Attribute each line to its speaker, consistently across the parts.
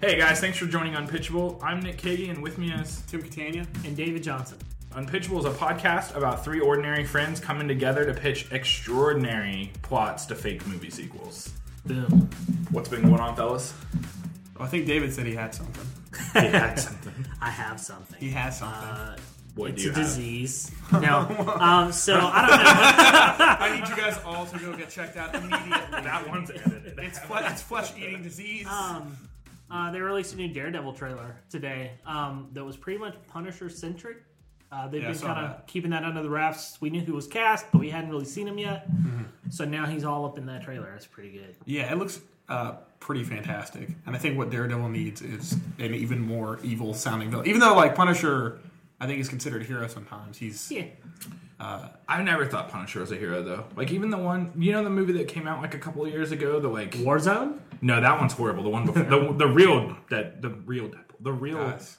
Speaker 1: Hey guys, thanks for joining Unpitchable. I'm Nick Kagi, and with me is
Speaker 2: Tim Catania.
Speaker 3: and David Johnson.
Speaker 1: Unpitchable is a podcast about three ordinary friends coming together to pitch extraordinary plots to fake movie sequels.
Speaker 3: Boom.
Speaker 1: What's been going on, fellas?
Speaker 2: Oh, I think David said he had something.
Speaker 3: I have something.
Speaker 2: He has something.
Speaker 3: Uh,
Speaker 1: What
Speaker 3: it's
Speaker 1: do you
Speaker 3: a
Speaker 1: have?
Speaker 3: disease. No. um, so I
Speaker 2: I need you guys all to go get checked out immediately.
Speaker 1: That one's edited.
Speaker 2: It's, fle- it's flesh-eating disease.
Speaker 3: don't know. Um, uh, they released a new Daredevil trailer today um, that was pretty much Punisher centric. Uh, they've
Speaker 2: Yeah, I
Speaker 3: been
Speaker 2: saw
Speaker 3: kind of
Speaker 2: that.
Speaker 3: keeping that under the wraps. We knew who was cast, but we hadn't really seen him yet. So now he's all up in that trailer. It's pretty good.
Speaker 2: yeah, it looks uh, pretty fantastic. And I think what Daredevil needs is an even more evil-sounding villain. Even though, like, Punisher, I think is considered a hero sometimes. He's
Speaker 3: Yeah.
Speaker 1: I've never thought Punisher was a hero though. Like even the one, you know, the movie that came out like a couple of years ago. The like,
Speaker 3: Warzone?
Speaker 1: no, that one's horrible. The one before the the real that the real Deadpool. the real.
Speaker 2: Guys,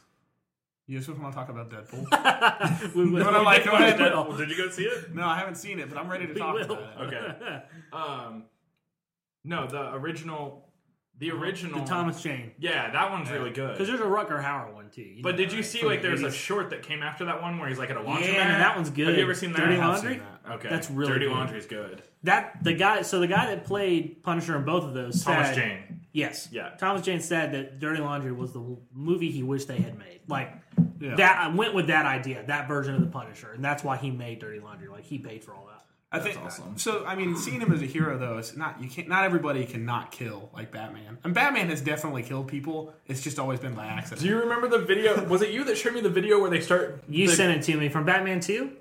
Speaker 2: You just want to talk about Deadpool?
Speaker 3: We will.
Speaker 2: No, no, like, go ahead.
Speaker 1: Deadpool. Did you go see it?
Speaker 2: no, I haven't seen it, but I'm ready to talk
Speaker 3: will.
Speaker 2: about it.
Speaker 1: Okay. Um, no, the original, the original
Speaker 3: The Thomas Jane.
Speaker 1: Yeah, that one's really
Speaker 3: Because
Speaker 1: good.
Speaker 3: there's a Rucker Hauer one too. you
Speaker 1: But
Speaker 3: know
Speaker 1: did
Speaker 3: that,
Speaker 1: you
Speaker 3: right?
Speaker 1: see
Speaker 3: From
Speaker 1: like
Speaker 3: the
Speaker 1: there's a
Speaker 3: 80s.
Speaker 1: short that came after that one where he's like at a laundromat?
Speaker 3: Yeah, no, that one's
Speaker 1: Have
Speaker 3: good.
Speaker 1: you ever seen that?
Speaker 3: Dirty
Speaker 1: I have
Speaker 3: Laundry?
Speaker 1: seen that. Okay,
Speaker 3: That's really
Speaker 1: Dirty
Speaker 3: good.
Speaker 1: Laundry's good.
Speaker 3: That the guy. So the guy that played Punisher in both of those.
Speaker 1: Thomas
Speaker 3: said-
Speaker 1: Jane.
Speaker 3: Yes.
Speaker 1: Yeah.
Speaker 3: Thomas Jane said that Dirty Laundry was the movie he wished they had made. Like
Speaker 2: Yeah.
Speaker 3: that, I went with that idea, that version of the Punisher, and that's why he made Dirty Laundry. Like he paid for all that.
Speaker 2: I
Speaker 1: That's
Speaker 2: think
Speaker 1: awesome.
Speaker 2: so. I mean, seeing him as a hero though, it's not you can't. Not everybody can not kill like Batman. And Batman has definitely killed people. It's just always been by accident.
Speaker 1: Do you remember the video? Was it you that showed me the video where they start?
Speaker 3: You
Speaker 1: the,
Speaker 3: sent it to me from Batman Two.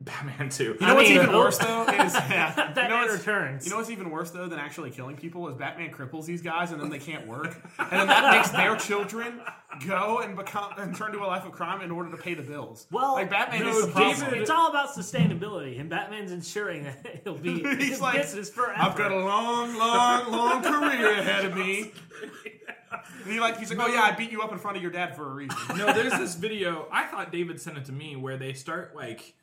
Speaker 1: Batman too.
Speaker 2: You know what's
Speaker 3: I mean,
Speaker 2: even
Speaker 3: oh.
Speaker 2: worse though is yeah, you, know
Speaker 3: Batman
Speaker 2: what's,
Speaker 3: Returns.
Speaker 2: you know what's even worse though than actually killing people is Batman cripples these guys and then they can't work, and then that makes their children go and become and turn to a life of crime in order to pay the bills.
Speaker 3: well,
Speaker 2: like Batman
Speaker 3: no,
Speaker 2: is the problem.
Speaker 3: David, it's all about sustainability, and Batman's ensuring that he'll be
Speaker 2: He's
Speaker 3: in
Speaker 2: like,
Speaker 3: business forever.
Speaker 2: I've got a long, long, long career ahead of me. And he like he's like, oh yeah, I beat you up in front of your dad for a reason.
Speaker 1: no, there's this video. I thought David sent it to me where they start like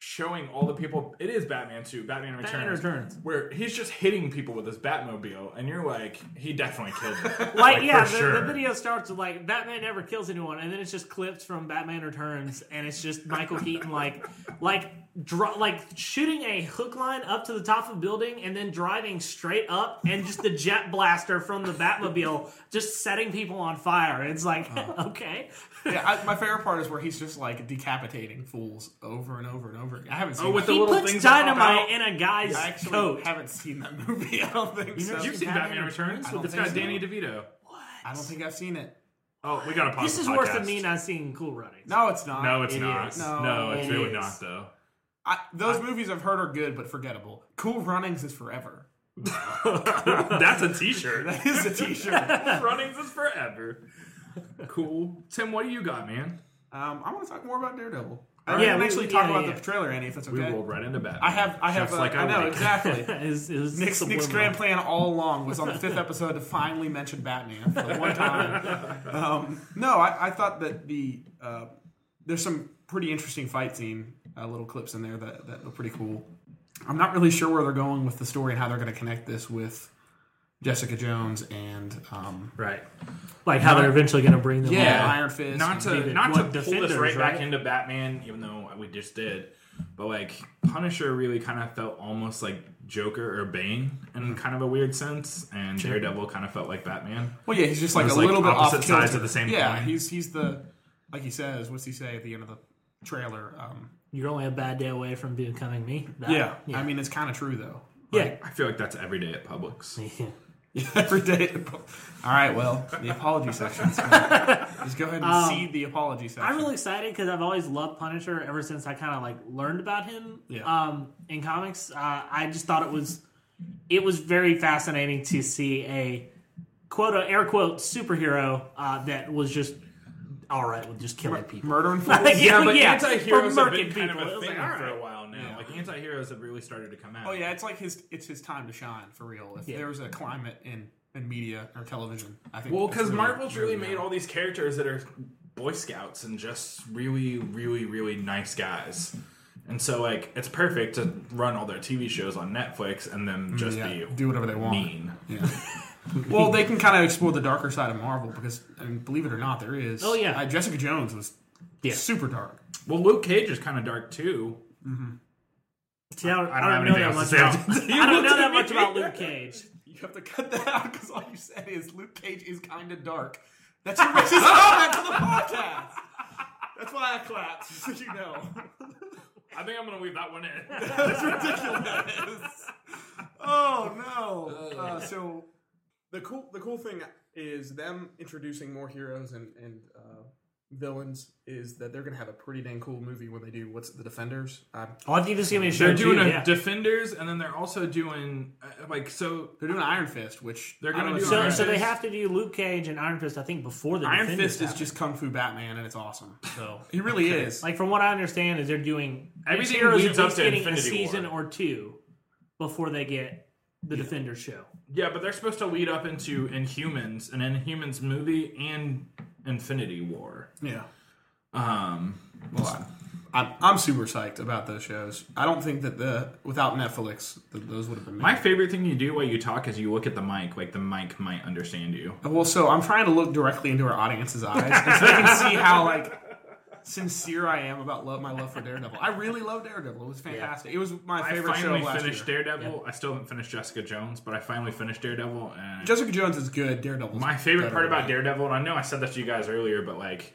Speaker 1: showing all the people. It is Batman too. Batman Returns.
Speaker 3: Batman Returns.
Speaker 1: Where he's just hitting people with his Batmobile, and you're like, he definitely killed them.
Speaker 3: like, yeah,
Speaker 1: for
Speaker 3: the,
Speaker 1: sure.
Speaker 3: the video starts with like Batman never kills anyone, and then it's just clips from Batman Returns, and it's just Michael Keaton like like dro- like shooting a hook line up to the top of a building and then driving straight up, and just the jet blaster from the Batmobile just setting people on fire. It's like okay,
Speaker 2: Yeah, I, my favorite part is where he's just like decapitating fools over and over and over again. I haven't seen.
Speaker 1: Oh, with the
Speaker 2: that.
Speaker 3: he
Speaker 1: little
Speaker 3: puts
Speaker 1: things that pop
Speaker 3: dynamite
Speaker 1: out.
Speaker 3: in a guy's
Speaker 2: I actually
Speaker 3: coat.
Speaker 2: haven't seen that movie. I don't think
Speaker 3: never
Speaker 2: so.
Speaker 1: You've seen Batman Returns?
Speaker 2: I don't
Speaker 1: It's
Speaker 2: think
Speaker 1: got
Speaker 2: so.
Speaker 1: Danny DeVito.
Speaker 2: I don't think I've seen it.
Speaker 1: Oh, we gotta pause.
Speaker 3: this
Speaker 1: the
Speaker 3: is worse than
Speaker 1: podcast.
Speaker 3: me not seeing Cool Runnings.
Speaker 2: No, it's not.
Speaker 1: No, it's
Speaker 3: It
Speaker 1: not.
Speaker 3: is.
Speaker 1: No,
Speaker 2: No,
Speaker 1: it's
Speaker 3: it
Speaker 1: really
Speaker 3: is.
Speaker 1: not though.
Speaker 2: I, those movies I've heard are good but forgettable. Cool Runnings is forever.
Speaker 1: That's a T-shirt.
Speaker 2: That is a T-shirt.
Speaker 1: Runnings is forever. Cool, Tim. What do you got, man?
Speaker 2: um, I want to talk more about Daredevil. I
Speaker 3: Yeah,
Speaker 2: didn't
Speaker 3: we-
Speaker 2: actually
Speaker 3: yeah,
Speaker 2: talk
Speaker 3: yeah.
Speaker 2: about the trailer, Annie, if that's
Speaker 1: We
Speaker 2: okay.
Speaker 1: rolled right into Batman.
Speaker 2: I have, I have,
Speaker 1: Just
Speaker 2: uh,
Speaker 1: like I,
Speaker 2: I know
Speaker 1: like.
Speaker 2: exactly.
Speaker 3: It was- it was
Speaker 2: Nick's, Nick's
Speaker 3: subliminal.
Speaker 2: grand plan all along was on the fifth episode to finally mention Batman for the one time. Um, no, I, I thought that the uh, there's some pretty interesting fight scene uh, little clips in there that that were pretty cool. I'm not really sure where they're going with the story and how they're going to connect this with Jessica Jones and um,
Speaker 1: Right.
Speaker 3: like how they're eventually going to bring them.
Speaker 2: Yeah.
Speaker 3: all.
Speaker 2: Iron Fist
Speaker 1: Not
Speaker 2: and
Speaker 1: to
Speaker 3: the-
Speaker 1: not to
Speaker 3: what,
Speaker 1: pull
Speaker 3: Defenders,
Speaker 1: this right back
Speaker 3: right?
Speaker 1: into Batman, even though we just did. But like Punisher really kind of felt almost like Joker or Bane in kind of a weird sense, and Daredevil kind of felt like Batman.
Speaker 2: Well, yeah, he's just like
Speaker 1: Those,
Speaker 2: a
Speaker 1: like,
Speaker 2: little bit off
Speaker 1: opposite sides
Speaker 2: kilter.
Speaker 1: of the same
Speaker 2: Yeah,
Speaker 1: coin.
Speaker 2: he's he's the like he says. What's he say at the end of the trailer? Um,
Speaker 3: You're only a bad day away from becoming me. That-
Speaker 2: I mean it's kind of true though.
Speaker 3: yeah.
Speaker 1: I feel like that's every day at Publix.
Speaker 2: Every day. All right, well, the apology section. So just go ahead and seed the apology section.
Speaker 3: I'm Um, really excited because I've always loved Punisher ever since I kind of like learned about him
Speaker 2: Yeah.
Speaker 3: um, in comics. Uh, I just thought it was it was very fascinating to see a quote air quote superhero uh, that was just all right with just killing people.
Speaker 2: murdering
Speaker 3: Yeah,
Speaker 2: fools.
Speaker 3: but yeah,
Speaker 1: anti-heroes
Speaker 3: for
Speaker 1: have been
Speaker 3: murking
Speaker 1: kind
Speaker 3: people.
Speaker 1: of
Speaker 3: It
Speaker 1: a
Speaker 3: was
Speaker 1: thing
Speaker 3: like, all
Speaker 1: for a
Speaker 3: right.
Speaker 1: while now. Like anti-heroes have really started to come out.
Speaker 2: Oh yeah, it's like his it's his time to shine for real. If there was a climate in in media or television, I think.
Speaker 1: Well,
Speaker 2: that's
Speaker 1: because
Speaker 2: really-
Speaker 1: Marvel's really made all these characters that are Boy Scouts and just really, really, really nice guys. And so, like, it's perfect to run all their TV shows on Netflix and then just
Speaker 2: Mm, yeah,
Speaker 1: be
Speaker 2: do whatever they want.
Speaker 1: mean.
Speaker 2: Yeah. Well, they can kind of explore the darker side of Marvel because, I mean, believe it or not, there is.
Speaker 3: Oh, yeah.
Speaker 2: Uh, Jessica Jones was
Speaker 3: Yeah.
Speaker 2: super dark.
Speaker 1: Well, Luke Cage is kind of dark too.
Speaker 3: See, I don't,
Speaker 1: I
Speaker 3: I
Speaker 1: don't
Speaker 3: don't,
Speaker 1: have
Speaker 3: know
Speaker 1: anything
Speaker 3: that
Speaker 1: else
Speaker 3: much
Speaker 1: to
Speaker 3: about.
Speaker 1: say.
Speaker 3: I don't know
Speaker 2: looked at
Speaker 3: that much
Speaker 2: me.
Speaker 3: about Luke Cage.
Speaker 2: You have to cut that out because all you said is Luke Cage is kind of dark. That's your racist comment for the podcast. That's why I clapped, just so you know.
Speaker 1: I think I'm gonna leave that one in.
Speaker 2: That's ridiculous. Oh no! Uh, so the cool the cool thing is them introducing more heroes and and uh, villains is that they're gonna have a pretty dang cool movie when they do what's the Defenders. Um,
Speaker 3: I'll have to give this game a show.
Speaker 1: They're
Speaker 3: too,
Speaker 1: doing a
Speaker 3: yeah.
Speaker 1: Defenders, and then they're also doing uh, like so.
Speaker 2: they're doing Iron Fist, which
Speaker 1: They're gonna
Speaker 2: I don't
Speaker 1: do
Speaker 2: know if
Speaker 3: so,
Speaker 1: Iron
Speaker 2: Iron
Speaker 3: so they
Speaker 1: Fist.
Speaker 3: have to do Luke Cage and Iron Fist, I think, before the
Speaker 2: Iron
Speaker 3: Defenders
Speaker 2: Fist is
Speaker 3: happen.
Speaker 2: just Kung Fu Batman, and it's awesome. So he really is.
Speaker 3: like from what I understand is they're doing each
Speaker 1: Everything
Speaker 3: hero is
Speaker 1: leads
Speaker 3: at
Speaker 1: up
Speaker 3: least
Speaker 1: to
Speaker 3: getting
Speaker 1: Infinity
Speaker 3: a season
Speaker 1: War.
Speaker 3: or two before they get the Defender show.
Speaker 1: Yeah, but they're supposed to lead up into Inhumans, an Inhumans movie, and Infinity War.
Speaker 2: yeah.
Speaker 1: Um,
Speaker 2: Well, I, I'm, I'm super psyched about those shows. I don't think that the without Netflix, th- those would have been.
Speaker 1: my favorite thing you do while you talk is you look at the mic, like the mic might understand you.
Speaker 2: Well, so I'm trying to look directly into our audience's eyes and so they can see how like sincere I am about love my love for Daredevil. I really love Daredevil. It was fantastic. It was my
Speaker 1: I
Speaker 2: favorite show
Speaker 1: finally
Speaker 2: of last
Speaker 1: finished
Speaker 2: year.
Speaker 1: Daredevil. I still haven't finished Jessica Jones, but I finally finished Daredevil. And
Speaker 2: Jessica Jones is good. Daredevil.
Speaker 1: my favorite part about Daredevil, and I know I said that to you guys earlier, but like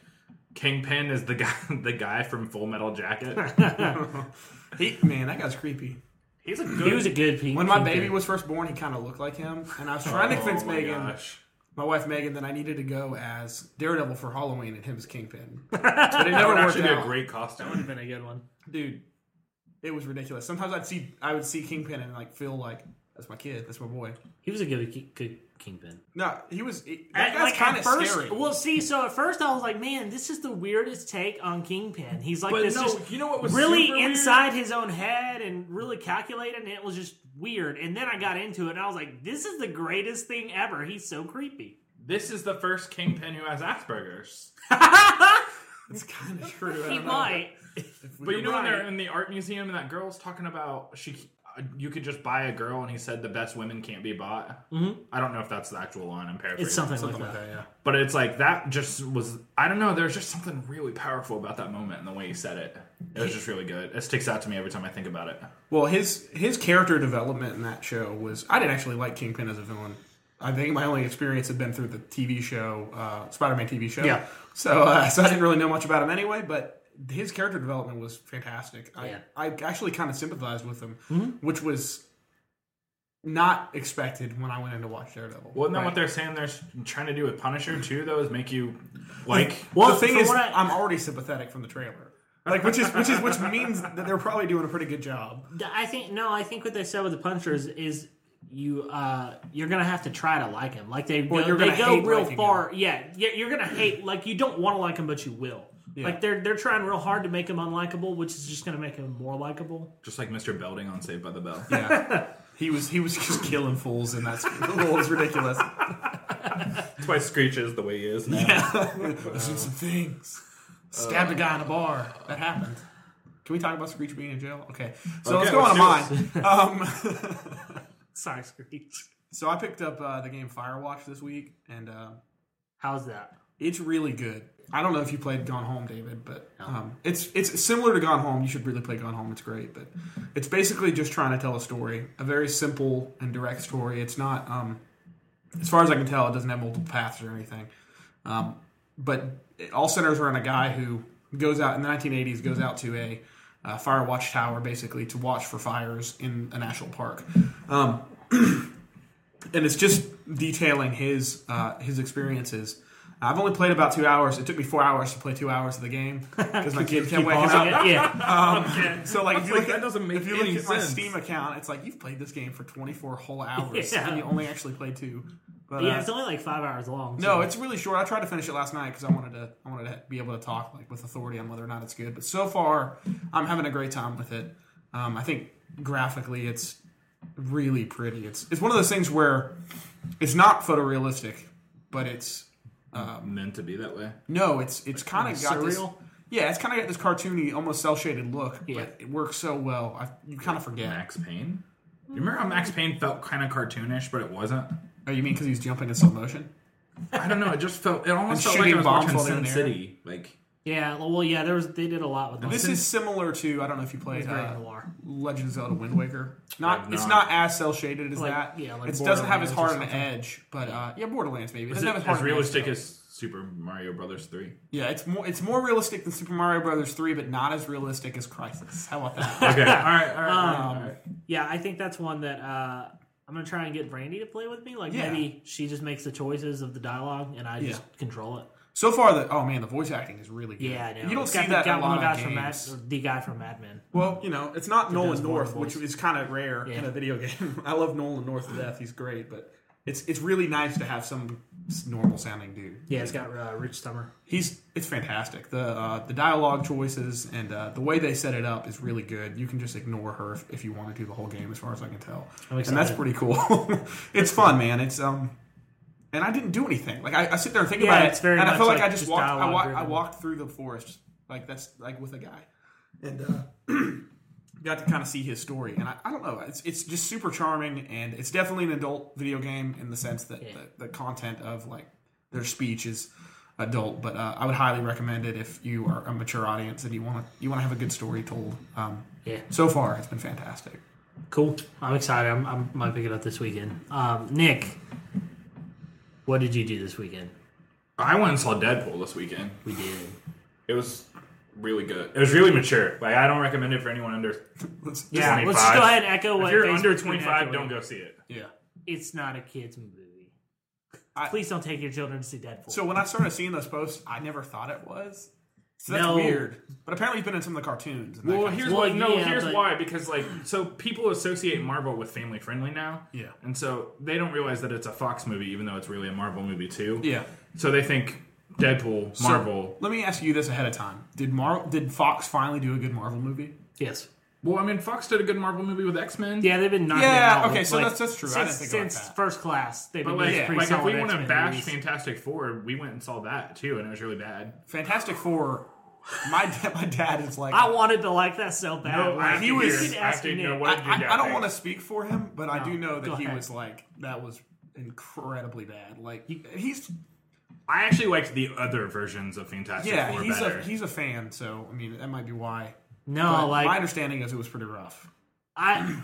Speaker 1: Kingpin is the guy, the guy from Full Metal Jacket.
Speaker 2: he, man, that guy's creepy.
Speaker 1: He's a
Speaker 3: He
Speaker 1: good.
Speaker 3: was a good piece.
Speaker 2: When my baby was first born, he kind of looked like him, and I was trying to convince
Speaker 1: Oh my
Speaker 2: Megan,
Speaker 1: gosh.
Speaker 2: my wife Megan, that I needed to go as Daredevil for Halloween and him as Kingpin. But it never
Speaker 1: That would
Speaker 2: worked
Speaker 1: actually be a
Speaker 2: out.
Speaker 1: great costume.
Speaker 3: have been a good one.
Speaker 2: dude, it was ridiculous. Sometimes I'd see I would see Kingpin and like feel like that's my kid, that's my boy.
Speaker 3: He was a good, good kingpin.
Speaker 2: No, he was he- that
Speaker 3: At,
Speaker 2: guy's
Speaker 3: like
Speaker 2: kind
Speaker 3: at
Speaker 2: of
Speaker 3: first,
Speaker 2: scary.
Speaker 3: well, see, so at first I was like, "Man, this is the weirdest take on Kingpin." He's like
Speaker 1: But
Speaker 3: this,
Speaker 1: no,
Speaker 3: just
Speaker 1: you know what was
Speaker 3: really
Speaker 1: super weird?
Speaker 3: inside his own head and really calculated, and it was just weird. And then I got into it, and I was like, "This is the greatest thing ever." He's so creepy.
Speaker 1: This is the first Kingpin who has Asperger's.
Speaker 2: It's kind of true. I
Speaker 3: He
Speaker 2: don't know.
Speaker 3: might.
Speaker 1: But you know when they're
Speaker 2: Right.
Speaker 1: in the art museum and that girl's talking about she, uh, you could just buy a girl, and he said the best women can't be bought. Mm-hmm. I don't know if that's the actual line. I'm paraphrasing.
Speaker 3: It's something,
Speaker 2: something
Speaker 3: like
Speaker 2: like
Speaker 3: that.
Speaker 2: that, yeah.
Speaker 1: but it's like that. Just was I don't know. There's just something really powerful about that moment and the way he said it. It was just really good. It sticks out to me every time I think about it.
Speaker 2: Well, his his character development in that show was I didn't actually like Kingpin as a villain. I think my only experience had been through the TV show, uh, Spider-Man TV show.
Speaker 3: Yeah.
Speaker 2: So, uh, so I didn't really know much about him anyway. But his character development was fantastic. I,
Speaker 3: Yeah. Mm-hmm.
Speaker 2: I actually kind of sympathized with him, which was not expected when I went in to watch Daredevil.
Speaker 1: Well, isn't that what
Speaker 2: Right.
Speaker 1: they're saying they're s- trying to do with Punisher too? Though is make you like.
Speaker 3: Well,
Speaker 2: the thing
Speaker 3: from
Speaker 2: is,
Speaker 3: what I-
Speaker 2: I, am already sympathetic from the trailer, like which is which is which means that they're probably doing a pretty good job.
Speaker 3: Th- I think no. I think what they said with the punchers is you uh you're gonna have to try to like him. Like they go,
Speaker 2: you're
Speaker 3: they
Speaker 2: gonna
Speaker 3: go
Speaker 2: hate
Speaker 3: real
Speaker 2: liking
Speaker 3: far. Yeah, yeah. You're gonna hate like you don't want to like him, but you will. Like they're they're trying real hard to make him unlikable, which is just gonna make him more likable.
Speaker 1: Just like Mr. Belding on Saved by the Bell.
Speaker 2: Yeah. He was he was just killing fools in that school. It was ridiculous.
Speaker 1: That's why Screech is the way he is now.
Speaker 2: There's been some things. Stabbed a guy in a bar. That happened. Can we talk about Screech being in jail? Okay. So let's
Speaker 1: Okay,
Speaker 2: go
Speaker 1: let's
Speaker 2: on to mine. Um,
Speaker 3: Sorry, Screech.
Speaker 2: so I picked up uh, the game Firewatch this week, and uh,
Speaker 3: How's that?
Speaker 2: it's really good. I don't know if you played Gone Home, David, but um, it's it's similar to Gone Home. You should really play Gone Home. It's great, but it's basically just trying to tell a story, a very simple and direct story. It's not, um, as far as I can tell, it doesn't have multiple paths or anything. Um, but it all centers around a guy who goes out in the 1980s, goes out to a uh, fire watch tower basically to watch for fires in a national park. Um, and it's just detailing his uh, his experiences. I've only played about two hours. It took me four hours to play two hours of the game because my kid kept waking up.
Speaker 3: Oh, Yeah, Um, yeah.
Speaker 2: So like, if you
Speaker 1: Like,
Speaker 2: look
Speaker 1: that
Speaker 2: at,
Speaker 1: doesn't make
Speaker 2: if you
Speaker 1: any
Speaker 2: look at my
Speaker 1: sense.
Speaker 2: Steam account, it's like you've played this game for 24 whole hours
Speaker 3: Yeah.
Speaker 2: and you only actually played two. But
Speaker 3: yeah.
Speaker 2: uh,
Speaker 3: It's only like five hours long. so-
Speaker 2: no, it's really short. I tried to finish it last night because I wanted to I wanted to be able to talk like with authority on whether or not it's good. But so far, I'm having a great time with it. Um, I think graphically, it's really pretty. It's it's one of those things where it's not photorealistic, but it's
Speaker 1: Meant to be that way.
Speaker 2: no, it's it's kind of got this.
Speaker 3: surreal?
Speaker 2: Yeah, it's kind of got this cartoony, almost cell shaded look,
Speaker 3: Yeah.
Speaker 2: but it works so well. I, you kind of forget.
Speaker 1: Max Payne. You remember how Max Payne felt kind of cartoonish, but it wasn't.
Speaker 2: Oh, you mean because he's jumping in slow motion?
Speaker 1: I don't know. It just felt. It almost felt like
Speaker 2: shooting
Speaker 1: I was
Speaker 2: bombs
Speaker 1: watching
Speaker 2: while they're in
Speaker 1: Sin
Speaker 2: there.
Speaker 1: City. Like
Speaker 3: Yeah, well, yeah, there was they did a lot with like,
Speaker 2: This is similar to I don't know if you played
Speaker 3: Grey
Speaker 2: uh,
Speaker 3: Noir.
Speaker 2: Legend of Zelda Wind Waker. Not
Speaker 1: I've
Speaker 2: it's
Speaker 1: not.
Speaker 2: not as cell shaded as
Speaker 3: Like-
Speaker 2: that.
Speaker 3: yeah, like
Speaker 2: it doesn't have as hard
Speaker 3: Borderlands
Speaker 2: an
Speaker 3: or
Speaker 2: edge, but uh, yeah, Borderlands maybe. It
Speaker 1: is
Speaker 2: doesn't
Speaker 1: it
Speaker 2: have as hard
Speaker 1: as
Speaker 2: an edge,
Speaker 1: realistic
Speaker 2: though.
Speaker 1: as Super Mario Brothers Three?
Speaker 2: yeah, it's more it's more realistic than Super Mario Brothers three, but not as realistic as Crisis. How about that?
Speaker 1: Okay. all right. All right. all right.
Speaker 3: Yeah, I think that's one that uh, I'm gonna try and get Brandy to play with me. Like
Speaker 2: Yeah.
Speaker 3: maybe she just makes the choices of the dialogue and I just control it.
Speaker 2: so far, the oh man, the voice acting is really good.
Speaker 3: Yeah, I know.
Speaker 2: you don't
Speaker 3: It's
Speaker 2: see
Speaker 3: got the
Speaker 2: that
Speaker 3: guy-
Speaker 2: in a
Speaker 3: one of the
Speaker 2: lot of
Speaker 3: guys from
Speaker 2: games.
Speaker 3: Mad, the guy from Mad Men.
Speaker 2: Well, you know, it's not
Speaker 3: does
Speaker 2: Nolan
Speaker 3: more
Speaker 2: North,
Speaker 3: voice.
Speaker 2: which is kind of rare in
Speaker 3: Yeah.
Speaker 2: a video game. I love Nolan North to death; he's great, but it's it's really nice to have some normal sounding dude.
Speaker 3: Yeah, it's got uh, Rich Summer.
Speaker 2: he's it's fantastic. The uh, the dialogue choices and uh, the way they set it up is really good. You can just ignore her if, if you wanted to the whole game, as far as I can tell,
Speaker 3: I'm
Speaker 2: and that's
Speaker 3: excited.
Speaker 2: pretty cool. it's fun, man. It's um. And I didn't do anything. Like I, I sit there and think
Speaker 3: Yeah,
Speaker 2: about it,
Speaker 3: it's very
Speaker 2: and I
Speaker 3: much
Speaker 2: felt like,
Speaker 3: like
Speaker 2: I just
Speaker 3: just
Speaker 2: walked. I, wa-
Speaker 3: dialogue-driven.
Speaker 2: I walked through the forest, like that's like with a guy, and uh, got to kind of see his story. And I, I don't know. It's it's just super charming, and it's definitely an adult video game in the sense that
Speaker 3: Yeah.
Speaker 2: the, the content of like their speech is adult, but uh, I would highly recommend it if you are a mature audience and you want to you want to have a good story told. Um,
Speaker 3: Yeah.
Speaker 2: So far, it's been fantastic.
Speaker 3: Cool. I'm excited. I'm, I'm, I might pick it up this weekend. Um, Nick, what did you do this weekend?
Speaker 1: I went and saw Deadpool this weekend.
Speaker 3: We did.
Speaker 1: It was really good. It was really mature. Like I don't recommend it for anyone under.
Speaker 2: Let's-
Speaker 3: Yeah,
Speaker 1: 25.
Speaker 3: let's just go ahead and echo what
Speaker 1: If you're
Speaker 3: Facebook
Speaker 1: under
Speaker 3: and echo
Speaker 1: 25,
Speaker 3: it.
Speaker 1: don't go see it.
Speaker 2: yeah.
Speaker 3: It's not a kids movie.
Speaker 2: I-
Speaker 3: Please don't take your children to see Deadpool.
Speaker 2: So when I started seeing those posts, I never thought it was. So that's
Speaker 3: No.
Speaker 2: weird. But apparently, he's been in some of the cartoons. And that
Speaker 1: Well,
Speaker 2: kind of
Speaker 1: here's
Speaker 3: Well,
Speaker 1: why. No,
Speaker 3: yeah,
Speaker 1: here's
Speaker 3: but-
Speaker 1: why. Because like, so people associate Marvel with family friendly now.
Speaker 2: Yeah.
Speaker 1: And so they don't realize that it's a Fox movie, even though it's really a Marvel movie too.
Speaker 2: stuff. yeah.
Speaker 1: So they think Deadpool,
Speaker 2: So,
Speaker 1: Marvel.
Speaker 2: let me ask you this ahead of time: Did Mar- did Fox finally do a good Marvel movie?
Speaker 3: yes.
Speaker 1: well, I mean, Fox did a good Marvel movie with X Men.
Speaker 3: Yeah, they've been knocking it
Speaker 2: Yeah,
Speaker 3: out.
Speaker 2: okay,
Speaker 3: with,
Speaker 2: so
Speaker 3: like,
Speaker 2: that's- that's true. I
Speaker 3: Since,
Speaker 2: didn't think about
Speaker 3: since
Speaker 2: that.
Speaker 3: first class, they've been
Speaker 1: But like,
Speaker 3: doing pretty
Speaker 1: like if
Speaker 3: solid
Speaker 1: we want to
Speaker 3: X-Men
Speaker 1: bash
Speaker 3: movies.
Speaker 1: Fantastic Four, we went and saw that too, and it was really bad.
Speaker 2: Fantastic Four. My da- my dad is like
Speaker 3: I wanted to like that so bad.
Speaker 1: No, I
Speaker 3: like,
Speaker 1: have
Speaker 2: Oh, he
Speaker 1: to
Speaker 2: was-
Speaker 1: hear
Speaker 3: You
Speaker 1: it.
Speaker 3: could
Speaker 1: I have
Speaker 3: ask
Speaker 1: to
Speaker 3: Nick.
Speaker 1: know what
Speaker 2: I,
Speaker 1: did your dad
Speaker 2: I, I don't
Speaker 1: think?
Speaker 2: want to speak for him, but I do know
Speaker 3: go
Speaker 2: that he
Speaker 3: ahead.
Speaker 2: was like that was incredibly bad. Like he's
Speaker 1: I actually liked the other versions of Fantastic
Speaker 2: yeah,
Speaker 1: Four
Speaker 2: he's
Speaker 1: better.
Speaker 2: a he's a fan, so I mean that might be why.
Speaker 3: No,
Speaker 2: But
Speaker 3: Oh, like
Speaker 2: my understanding is it was pretty rough.
Speaker 3: I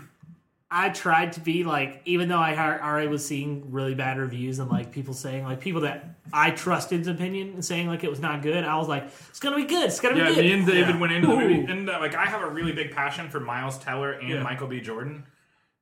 Speaker 3: I tried to be like, even though I har- already was seeing really bad reviews and like people saying like people that I trusted's opinion and saying like it was not good. I was like, it's gonna be good. It's gonna
Speaker 1: yeah,
Speaker 3: be good.
Speaker 1: me and David
Speaker 2: Yeah.
Speaker 1: went into the
Speaker 3: Ooh.
Speaker 1: movie, and uh, like I have a really big passion for Miles Teller and
Speaker 2: Yeah.
Speaker 1: Michael B. Jordan,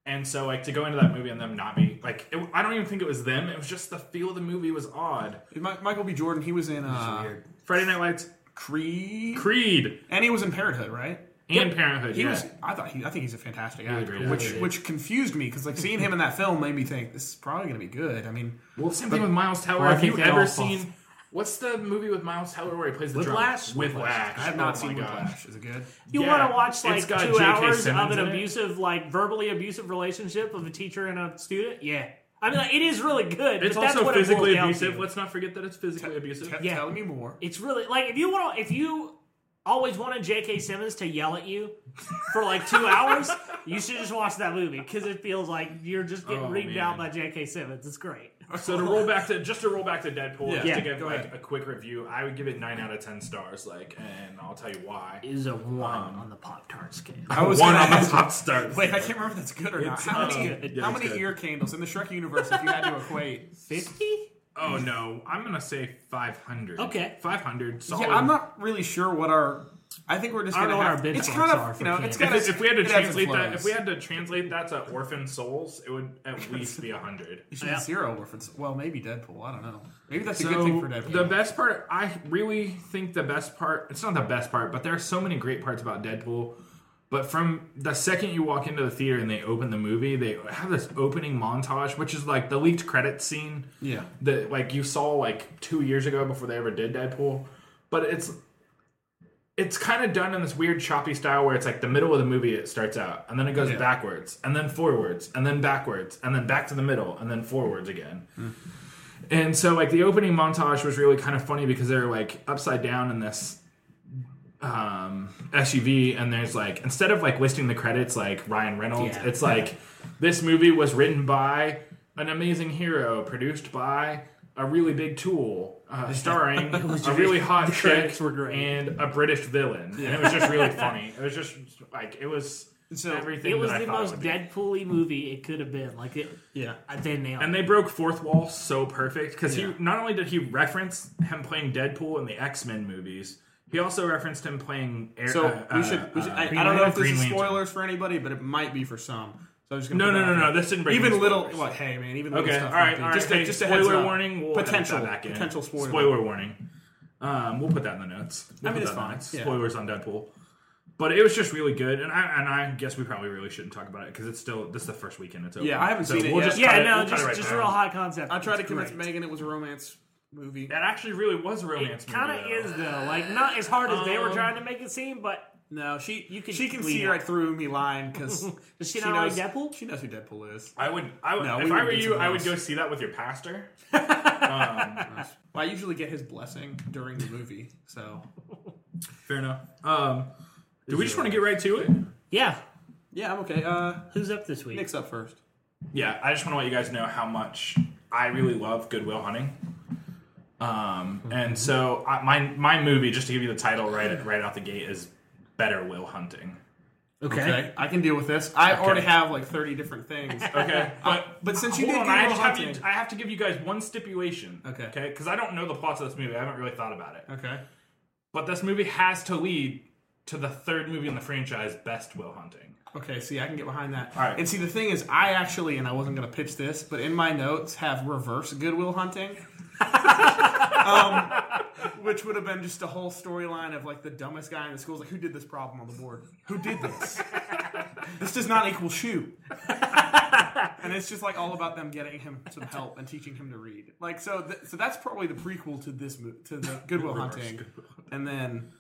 Speaker 1: and so like to go into that movie and them not be like, it, I don't even think it was them. It was just the feel of the movie was odd.
Speaker 2: Mi- Michael B. Jordan, he was in uh,
Speaker 3: weird.
Speaker 1: Friday Night Lights,
Speaker 2: Creed,
Speaker 1: Creed,
Speaker 2: and he was in Parenthood, right?
Speaker 1: and Parenthood.
Speaker 2: He
Speaker 1: yeah.
Speaker 2: was. I thought he. I think he's a fantastic actor,
Speaker 1: great
Speaker 2: which
Speaker 3: actor.
Speaker 2: which confused me because like seeing him in that film made me think this is probably going to be good. I mean,
Speaker 1: well, same thing with Miles Teller.
Speaker 3: Well, I
Speaker 1: Have you
Speaker 3: think they all
Speaker 1: ever
Speaker 3: fall-
Speaker 1: seen? What's the movie with Miles Teller where he plays the
Speaker 3: Whiplash?
Speaker 1: drummer? Whiplash.
Speaker 2: I have
Speaker 1: Oh
Speaker 2: not
Speaker 1: my
Speaker 2: seen
Speaker 1: gosh.
Speaker 2: Whiplash. Is it good?
Speaker 3: you
Speaker 1: yeah.
Speaker 3: want to watch
Speaker 1: It's
Speaker 3: like
Speaker 1: got
Speaker 3: two
Speaker 1: J.K.
Speaker 3: hours
Speaker 1: Simmons
Speaker 3: of
Speaker 1: in
Speaker 3: an
Speaker 1: it.
Speaker 3: abusive, like verbally abusive relationship of a teacher and a student? Yeah, I mean like, it is really good.
Speaker 1: It's
Speaker 3: but that's
Speaker 1: also
Speaker 3: what it boils
Speaker 1: physically
Speaker 3: down
Speaker 1: abusive.
Speaker 3: to.
Speaker 1: Let's not forget that it's physically abusive.
Speaker 2: Te-
Speaker 3: Yeah.
Speaker 2: Tell me more.
Speaker 3: It's really like if you want to, if you always wanted J.K. Simmons to yell at you for like two hours, you should just watch that movie because it feels like you're just getting
Speaker 1: Oh,
Speaker 3: reamed
Speaker 1: man.
Speaker 3: out by J.K. Simmons. It's great.
Speaker 1: So to roll back to just to roll back to Deadpool, just
Speaker 2: Yeah.
Speaker 1: to give
Speaker 2: Go
Speaker 1: like
Speaker 2: ahead.
Speaker 1: a quick review, I would give it nine out of ten stars, like, and I'll tell you why.
Speaker 3: It is a one on the Pop Tart scale.
Speaker 2: I was
Speaker 1: One
Speaker 2: gonna
Speaker 1: on the
Speaker 2: ask-
Speaker 1: pop star.
Speaker 2: Wait, I can't remember if that's good or not.
Speaker 1: It's,
Speaker 2: How
Speaker 1: uh,
Speaker 2: many,
Speaker 3: good.
Speaker 1: Yeah,
Speaker 2: how
Speaker 1: it's
Speaker 2: many
Speaker 1: good.
Speaker 2: ear candles in the Shrek universe? If you had to equate,
Speaker 3: Fifty?
Speaker 1: Oh no, I'm gonna say five hundred.
Speaker 3: Okay.
Speaker 1: five hundred. Solid.
Speaker 2: yeah, I'm not really sure what our. I think we're just.
Speaker 3: I don't
Speaker 2: gonna
Speaker 3: know what
Speaker 2: have-
Speaker 3: our bid
Speaker 2: It's
Speaker 3: forms
Speaker 2: kind
Speaker 3: are
Speaker 2: of
Speaker 3: for
Speaker 2: you know. It's
Speaker 3: candles.
Speaker 2: kind
Speaker 1: If,
Speaker 2: of.
Speaker 1: if we had to translate that, if we had to translate that to orphan souls, it would at least be a hundred.
Speaker 2: you should
Speaker 3: Yeah.
Speaker 2: zero reference. Well, maybe Deadpool. I don't know. Maybe that's a
Speaker 1: So,
Speaker 2: good thing for Deadpool.
Speaker 1: The best part, I really think the best part, it's not the best part, but there are so many great parts about Deadpool. But from the second you walk into the theater and they open the movie, they have this opening montage, which is like the leaked credits scene
Speaker 2: yeah.
Speaker 1: that like you saw like two years ago before they ever did Deadpool. But it's it's kind of done in this weird choppy style where it's like the middle of the movie it starts out and then it goes
Speaker 2: Yeah.
Speaker 1: backwards and then forwards and then backwards and then back to the middle and then forwards again. And so like the opening montage was really kind of funny because they're like upside down in this um, SUV and there's like instead of like listing the credits like Ryan Reynolds,
Speaker 3: Yeah.
Speaker 1: it's like this movie was written by an amazing hero produced by a really big tool, uh, starring a really hot chick
Speaker 3: credits were great.
Speaker 1: and a British villain. And it was just really funny. It was just like it was
Speaker 2: So,
Speaker 1: everything.
Speaker 3: It was
Speaker 1: that I
Speaker 3: the
Speaker 1: thought it
Speaker 3: most
Speaker 1: would be.
Speaker 3: Deadpool-y movie it could have been. Like it,
Speaker 2: Yeah.
Speaker 3: I- they nailed.
Speaker 1: And
Speaker 3: it.
Speaker 1: they broke fourth wall so perfect because
Speaker 2: Yeah.
Speaker 1: he not only did he reference him playing Deadpool in the X Men movies, he also referenced him playing. Air,
Speaker 2: So
Speaker 1: uh,
Speaker 2: we
Speaker 1: uh,
Speaker 2: should. We should
Speaker 1: uh,
Speaker 2: I,
Speaker 1: Green
Speaker 2: I don't know
Speaker 1: Lantern,
Speaker 2: if this
Speaker 1: Green
Speaker 2: is
Speaker 1: Lantern.
Speaker 2: spoilers for anybody, but it might be for some. So I'm just gonna
Speaker 1: No,
Speaker 2: put
Speaker 1: no,
Speaker 2: that
Speaker 1: no,
Speaker 2: out
Speaker 1: no.
Speaker 2: there.
Speaker 1: This didn't break
Speaker 2: even
Speaker 1: any
Speaker 2: little.
Speaker 1: spoilers.
Speaker 2: What? Hey, man. Even little
Speaker 1: Okay, all
Speaker 2: stuff.
Speaker 1: right,
Speaker 2: might be-
Speaker 1: all right.
Speaker 2: Just,
Speaker 1: hey,
Speaker 2: a, just a heads
Speaker 1: spoiler
Speaker 2: up.
Speaker 1: warning. We'll edit that
Speaker 2: potential
Speaker 1: back in.
Speaker 2: Potential spoiler.
Speaker 1: Spoiler warning. Um, we'll put that in the notes. We'll
Speaker 2: I mean,
Speaker 1: put that in the
Speaker 2: it's fine.
Speaker 1: notes.
Speaker 2: Yeah.
Speaker 1: Spoilers on Deadpool. But it was just really good, and I and I guess we probably really shouldn't talk about it because it's still this is the first weekend it's over.
Speaker 2: Yeah, I haven't
Speaker 1: so
Speaker 2: seen it
Speaker 1: We'll
Speaker 2: yet.
Speaker 1: just cut
Speaker 3: yeah,
Speaker 1: it-
Speaker 3: no,
Speaker 1: we'll cut
Speaker 3: just
Speaker 1: it right
Speaker 3: just
Speaker 1: down.
Speaker 3: real hot concept.
Speaker 2: I tried to convince
Speaker 3: It's great.
Speaker 2: Megan it was a romance movie.
Speaker 1: That actually really was a romance.
Speaker 3: It kind of
Speaker 1: movie, though.
Speaker 3: is though, like not as hard as they were
Speaker 1: Um,
Speaker 3: trying to make it seem, but
Speaker 2: No, she you
Speaker 3: can
Speaker 2: she can
Speaker 3: clean
Speaker 2: see
Speaker 3: up.
Speaker 2: right through me lying because
Speaker 3: does she, not like Deadpool?
Speaker 2: She knows who Deadpool is.
Speaker 1: I would. I would.
Speaker 2: No,
Speaker 1: if
Speaker 2: we
Speaker 1: I
Speaker 2: would
Speaker 1: were
Speaker 2: get
Speaker 1: you,
Speaker 2: someone
Speaker 1: I would
Speaker 2: else.
Speaker 1: go see that with your pastor.
Speaker 2: Ah. Well, I usually get his blessing during the movie, so
Speaker 1: Fair enough. Um, do we just want to get right to it?
Speaker 3: Yeah.
Speaker 2: yeah, I'm okay. Uh,
Speaker 3: Who's up this week?
Speaker 2: Nick's up first.
Speaker 1: Yeah, I just want to let you guys know how much I really love Goodwill Hunting. Um, and so I, my my movie, just to give you the title right right out the gate, is Better Will Hunting.
Speaker 3: Okay.
Speaker 2: I can deal with this. I already have like 30 different things.
Speaker 1: Okay, but
Speaker 2: but since you
Speaker 1: Uh, hold
Speaker 2: did
Speaker 1: on,
Speaker 2: Goodwill
Speaker 1: I just have
Speaker 2: Hunting,
Speaker 1: you, I have to give you guys one stipulation.
Speaker 2: Okay.
Speaker 1: okay, because I don't know the plots of this movie. I haven't really thought about it.
Speaker 2: okay,
Speaker 1: But this movie has to lead to the third movie in the franchise, Best Will Hunting.
Speaker 2: okay, see, I can get behind that.
Speaker 1: All right.
Speaker 2: And see, the thing is, I actually, and I wasn't going to pitch this, but in my notes have reverse Goodwill Hunting. um, which would have been just a whole storyline of like the dumbest guy in the school is like, who did this problem on the board? Who did this? this does not equal shoe. and it's just like all about them getting him some help and teaching him to read. Like so, th- so that's probably the prequel to this mo- to the Goodwill Hunting, Um, and then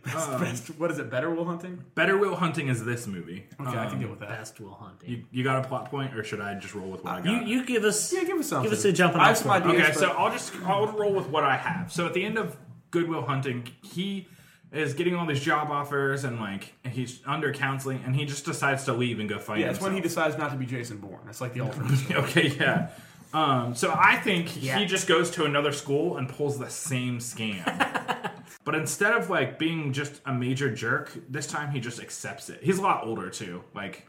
Speaker 2: best, best, what is it? Better Will Hunting?
Speaker 1: Better Will Hunting is this movie.
Speaker 2: Okay, I can deal with that.
Speaker 3: Best Will Hunting.
Speaker 1: You, you got a plot point, or should I just roll with what I got?
Speaker 3: You you give us
Speaker 2: Yeah, give us something.
Speaker 3: Give us a jumping
Speaker 2: I have
Speaker 3: off
Speaker 2: some
Speaker 3: point.
Speaker 2: ideas.
Speaker 1: Okay,
Speaker 2: but-
Speaker 1: so I'll just I'll roll with what I have. So at the end of Goodwill Hunting, he is getting all these job offers and like and he's under counseling, and he just decides to leave and go fight.
Speaker 2: yeah, it's when he
Speaker 1: himself.
Speaker 2: decides not to be Jason Bourne. That's like the alternate. story.
Speaker 1: Okay, yeah. Um, so I think
Speaker 3: Yeah.
Speaker 1: he just goes to another school and pulls the same scam. but instead of like being just a major jerk, this time he just accepts it. He's a lot older too. Like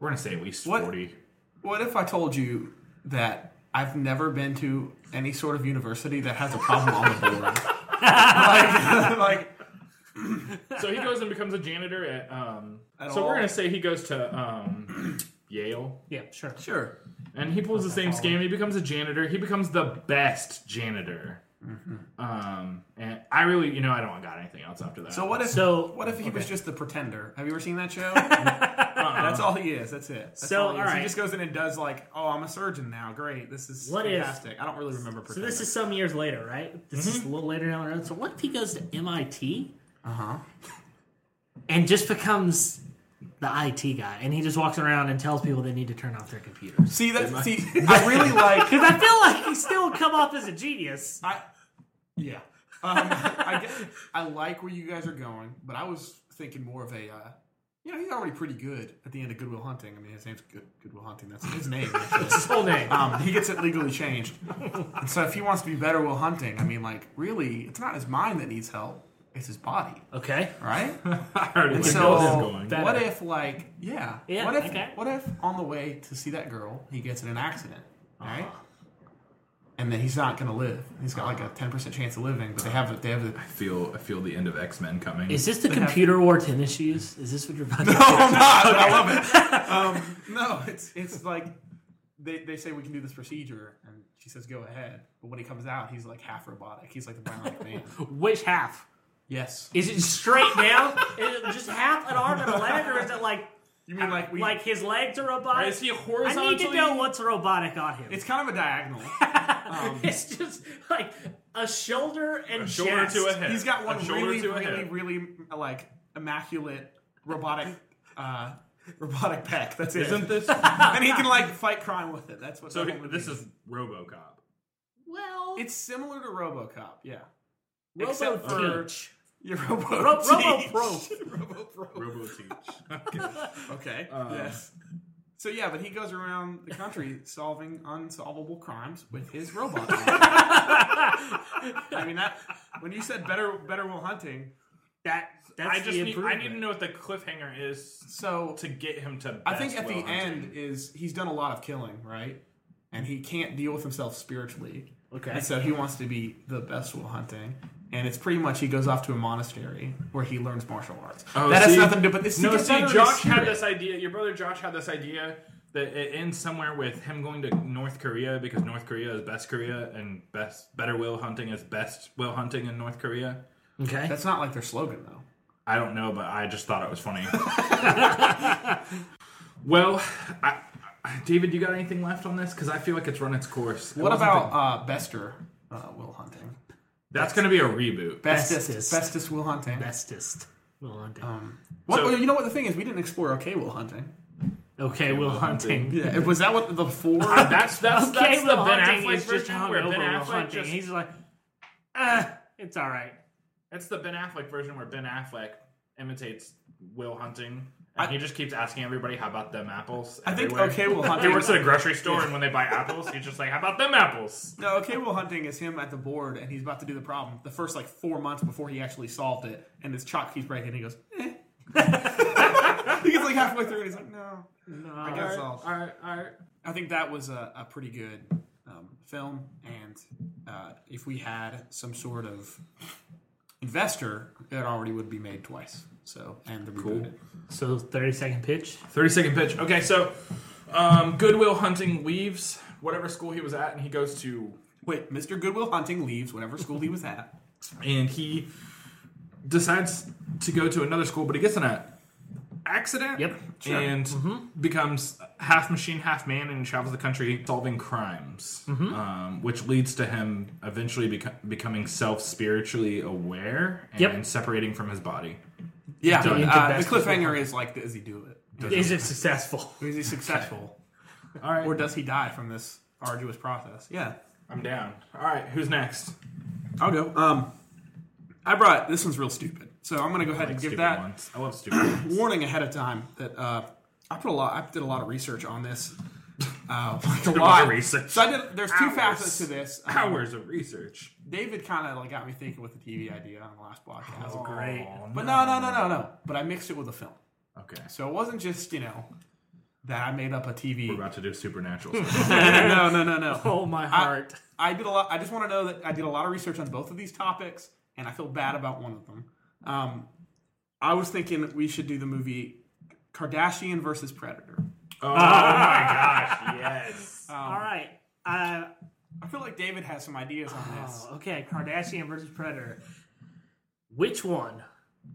Speaker 1: we're gonna say at least
Speaker 2: What-
Speaker 1: forty.
Speaker 2: What if I told you that I've never been to any sort of university that has a problem on the board? like, like,
Speaker 1: so he goes and becomes a janitor at. Um,
Speaker 2: At
Speaker 1: so
Speaker 2: all?
Speaker 1: we're gonna say he goes to um, Yale,
Speaker 3: Yeah, sure.
Speaker 2: sure.
Speaker 1: and he pulls the same scam. He becomes a janitor. He becomes the best janitor.
Speaker 2: Mm-hmm.
Speaker 1: Um, and I really, you know, I don't got anything else after that.
Speaker 2: So what if?
Speaker 3: So-
Speaker 2: what if he was just the pretender? Have you ever seen that show? That's all he is. That's it. That's
Speaker 3: Uh-uh. So,
Speaker 2: all he, is.
Speaker 3: all right.
Speaker 2: he just goes in and does like, oh, I'm a surgeon now. Great, this is
Speaker 3: What if-
Speaker 2: fantastic. I don't really remember.
Speaker 3: So
Speaker 2: Pretender.
Speaker 3: this is some years later, right? This
Speaker 2: Mm-hmm.
Speaker 3: is a little later down the road. So what if he goes to MIT? Uh
Speaker 2: Uh-huh.
Speaker 3: huh. And just becomes the IT guy, and he just walks around and tells people they need to turn off their computers.
Speaker 2: see that. See, I really like.
Speaker 3: Because I feel like he still come off as a genius.
Speaker 2: I, yeah. Um, I, get, I like where you guys are going, but I was thinking more of a, uh, you know, he's already pretty good at the end of Goodwill Hunting. I mean, his name's Good, Goodwill Hunting. That's his name. actually.
Speaker 3: His whole name.
Speaker 2: um, he gets it legally changed. And so if he wants to be better Will Hunting, I mean, like, really, it's not his mind that needs help. It's his body,
Speaker 3: Okay.
Speaker 2: right?
Speaker 1: I already like
Speaker 2: so
Speaker 1: where this is going.
Speaker 2: what if, like, yeah.
Speaker 3: Yeah,
Speaker 2: what if,
Speaker 3: okay.
Speaker 2: what if on the way to see that girl, he gets in an accident, right? And then he's not gonna live. He's got like a ten percent chance of living, but they have they have the
Speaker 1: I feel I feel the end of X Men coming.
Speaker 3: Is this the computer war tennis shoes? Is this what you're about to
Speaker 1: Oh,
Speaker 2: No, I'm not. but I love it. Um, no, it's it's like they, they say we can do this procedure, and she says go ahead. But when he comes out, he's like half robotic. He's like the bionic man.
Speaker 3: Which half?
Speaker 2: Yes.
Speaker 3: Is it straight down? is it just half an arm and a leg, or is it like
Speaker 2: You mean like we?
Speaker 3: like his legs are robotic?
Speaker 1: Is he
Speaker 3: I need to
Speaker 1: horizontally-
Speaker 3: know what's robotic on him.
Speaker 2: it's kind of a diagonal.
Speaker 3: It's just like a shoulder and
Speaker 1: shoulder
Speaker 3: chest.
Speaker 1: to a head?
Speaker 2: He's got one
Speaker 1: A shoulder
Speaker 2: really,
Speaker 1: to a
Speaker 2: really,
Speaker 1: head.
Speaker 2: really like immaculate robotic. Uh, Robotic peck. That's it.
Speaker 1: Isn't this?
Speaker 2: and he can like fight crime with it. That's what.
Speaker 1: so
Speaker 2: that one would
Speaker 1: this
Speaker 2: be.
Speaker 1: is RoboCop.
Speaker 3: Well,
Speaker 2: It's similar to RoboCop. Yeah.
Speaker 3: Robo
Speaker 2: except for-
Speaker 3: Teach.
Speaker 2: Your Robo.
Speaker 3: Ro-
Speaker 2: teeth.
Speaker 3: Robo
Speaker 2: Robo Pro.
Speaker 1: Robo uh, Teach.
Speaker 2: Okay. yes. So yeah, but he goes around the country solving unsolvable crimes with his robot. I mean that when you said better better will hunting,
Speaker 3: That that's
Speaker 1: I just need,
Speaker 3: the
Speaker 1: I need to
Speaker 3: improvement.
Speaker 1: know what the cliffhanger is
Speaker 2: so
Speaker 1: to get him to.
Speaker 2: I think
Speaker 1: best
Speaker 2: at the
Speaker 1: Will Hunting.
Speaker 2: end is he's done a lot of killing, right? And he can't deal with himself spiritually.
Speaker 3: Okay.
Speaker 2: And so he wants to be the best will hunting. And it's pretty much he goes off to a monastery where he learns martial arts.
Speaker 1: Oh,
Speaker 2: that has
Speaker 1: see-
Speaker 2: nothing to do but it's to
Speaker 1: No,
Speaker 2: get
Speaker 1: see,
Speaker 2: better at
Speaker 1: Josh
Speaker 2: his
Speaker 1: had
Speaker 2: spirit.
Speaker 1: this idea. Your brother Josh had this idea that it ends somewhere with him going to North Korea because North Korea is best Korea and best better whale hunting is best whale hunting in North Korea.
Speaker 3: okay.
Speaker 2: That's not like their slogan though.
Speaker 1: I don't know, but I just thought it was funny. well, I, I- David, you got anything left on this? Because I feel like it's run its course. It
Speaker 2: What
Speaker 1: wasn't
Speaker 2: about
Speaker 1: the-
Speaker 2: uh, Bester uh, Will Hunting?
Speaker 1: that's going to be a reboot.
Speaker 2: Bestest,
Speaker 3: Bestest.
Speaker 2: bestest, Will Hunting.
Speaker 3: bestest. Will Hunting.
Speaker 2: What,
Speaker 1: So-
Speaker 2: well, you know what the thing is? We didn't explore OK Will Hunting.
Speaker 3: okay, Will Hunting.
Speaker 2: Yeah, was that what the four?
Speaker 1: That's that's,
Speaker 3: Okay,
Speaker 1: that's
Speaker 3: Will
Speaker 1: the Ben
Speaker 3: Hunting
Speaker 1: Affleck
Speaker 3: is just
Speaker 1: version
Speaker 3: hung
Speaker 1: where
Speaker 3: over
Speaker 1: Ben
Speaker 3: Will
Speaker 1: Affleck
Speaker 3: Hunting.
Speaker 1: just
Speaker 3: He's like, uh, it's all right.
Speaker 1: That's the Ben Affleck version where Ben Affleck imitates Will Hunting, and
Speaker 2: I-
Speaker 1: he just keeps asking everybody, "How about them apples?"
Speaker 2: I think
Speaker 1: everywhere.
Speaker 2: OK Will
Speaker 1: He
Speaker 2: Hunting.
Speaker 1: works at a grocery store, and when they buy apples, he's just like, "How about them apples?"
Speaker 2: No, okay, Will Hunting is him at the board, and he's about to do the problem. The first like four months before he actually solved it, and his chalk keeps breaking. And he goes, eh. he gets like halfway through, and he's like, no.
Speaker 3: No.
Speaker 2: guess- That's all.
Speaker 1: right, all right.
Speaker 2: I think that was a, a pretty good um, film, and uh, if we had some sort of investor, it already would be made twice. So and the cool.
Speaker 3: So thirty second pitch.
Speaker 1: Thirty second pitch. Okay, so um, Goodwill Hunting leaves whatever school he was at, and he goes to,
Speaker 2: Wait, Mr. Goodwill Hunting leaves whatever school he was at.
Speaker 1: and he decides to go to another school, but he gets in a accident.
Speaker 3: Yep, sure.
Speaker 1: And becomes half machine, half man, and travels the country solving crimes, um, which leads to him eventually beco- becoming self spiritually aware and
Speaker 3: Yep.
Speaker 1: separating from his body.
Speaker 2: Yeah,
Speaker 3: Done.
Speaker 2: uh, the
Speaker 3: Best Goodwill
Speaker 2: cliffhanger is like, does he do it?
Speaker 3: Is it successful?
Speaker 2: Is he successful?
Speaker 1: All right,
Speaker 2: Or does he die from this arduous process? Yeah,
Speaker 1: I'm down. All right, who's next?
Speaker 2: I'll go. Um, I brought this one's real stupid, so I'm gonna go ahead and give
Speaker 1: stupid
Speaker 2: that
Speaker 1: ones. I love stupid ones.
Speaker 2: warning ahead of time that uh, I put a lot. I did a lot of research on this. Uh, like a
Speaker 1: lot
Speaker 2: lot
Speaker 1: of research.
Speaker 2: So I did. There's two
Speaker 1: Hours.
Speaker 2: facets to this. Um,
Speaker 1: Hours of research.
Speaker 2: David kind of like got me thinking with the TV idea on the last podcast.
Speaker 3: Great.
Speaker 1: Oh,
Speaker 2: But no, no, no, no, no. But I mixed it with a film,
Speaker 1: Okay, so
Speaker 2: so it wasn't just you know that I made up a TV.
Speaker 1: we're about to do supernatural.
Speaker 2: no, no, no, no.
Speaker 3: Oh my heart.
Speaker 2: I did a lot. I just want to know that I did a lot of research on both of these topics, and I feel bad about one of them. Um, I was thinking that we should do the movie Kardashian versus Predator.
Speaker 1: oh my gosh, yes.
Speaker 3: all right. Uh,
Speaker 2: I feel like David has some ideas on this.
Speaker 3: oh, okay, Kardashian versus Predator. Which one?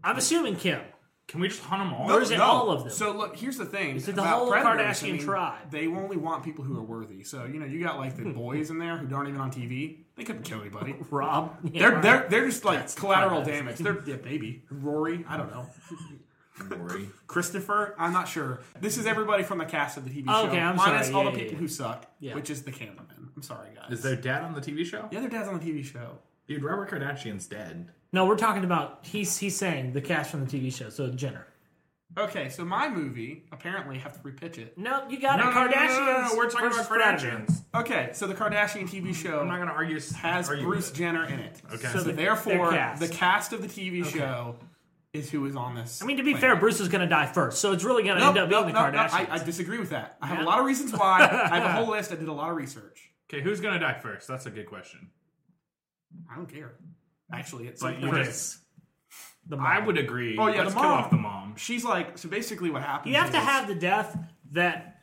Speaker 3: I'm assuming Kim.
Speaker 1: Can we just hunt them all?
Speaker 3: or is it all of them?
Speaker 2: So look, here's the thing. Is
Speaker 3: it the whole Kardashian tribe?
Speaker 2: They only want people who are worthy. So you know, you got like the boys in there who aren't even on TV. They couldn't kill anybody.
Speaker 3: Rob. Yeah,
Speaker 2: They're
Speaker 3: Rob.
Speaker 2: they're they're just like collateral
Speaker 3: Kardashian.
Speaker 2: damage. They're yeah, maybe Rory. I don't know.
Speaker 1: Rory.
Speaker 2: Christopher, I'm not sure. This is everybody from the cast of the TV show,
Speaker 3: Okay, I'm
Speaker 2: minus
Speaker 3: sorry.
Speaker 2: all
Speaker 3: Yeah,
Speaker 2: the
Speaker 3: yeah,
Speaker 2: people
Speaker 3: yeah.
Speaker 2: who suck,
Speaker 3: Yeah.
Speaker 2: which is the cameraman. I'm sorry, guys.
Speaker 1: Is their dad on the TV show?
Speaker 2: the other dad's on the TV show.
Speaker 1: Dude, Robert Kardashian's dead.
Speaker 3: No, we're talking about he's he's saying the cast from the TV show. So Jenner.
Speaker 2: Okay, so my movie apparently I have to repitch it.
Speaker 3: No, you got
Speaker 1: No,
Speaker 3: it.
Speaker 1: no, no, no, no,
Speaker 3: Kardashians.
Speaker 1: no, no, We're talking about
Speaker 3: versus Predator.
Speaker 1: Kardashians.
Speaker 2: Okay, so the Kardashian TV
Speaker 1: I'm not
Speaker 2: show
Speaker 1: going to argue.
Speaker 2: has
Speaker 1: argue
Speaker 2: Bruce
Speaker 1: with it.
Speaker 2: Jenner in it.
Speaker 1: Okay.
Speaker 3: So
Speaker 2: So
Speaker 3: the- their
Speaker 2: therefore,
Speaker 3: cast.
Speaker 2: the cast of the TV show is who is on this.
Speaker 3: I mean, to be fair, Bruce is going to die first, so it's really going to end up being the Kardashians.
Speaker 2: I, I disagree with that. I have
Speaker 3: Yeah.
Speaker 2: a lot of reasons why. I have a whole list. I did a lot of research.
Speaker 1: okay, who's going to die first? That's a good question.
Speaker 2: I don't care. Actually, it's
Speaker 1: But
Speaker 2: like
Speaker 1: you
Speaker 3: Chris. The
Speaker 1: I
Speaker 3: mom.
Speaker 1: would agree.
Speaker 2: Oh, yeah,
Speaker 1: Let's
Speaker 2: the
Speaker 1: kill
Speaker 2: mom.
Speaker 1: off the mom.
Speaker 2: she's like. So basically, what happens?
Speaker 3: You have to
Speaker 2: is-
Speaker 3: have the death that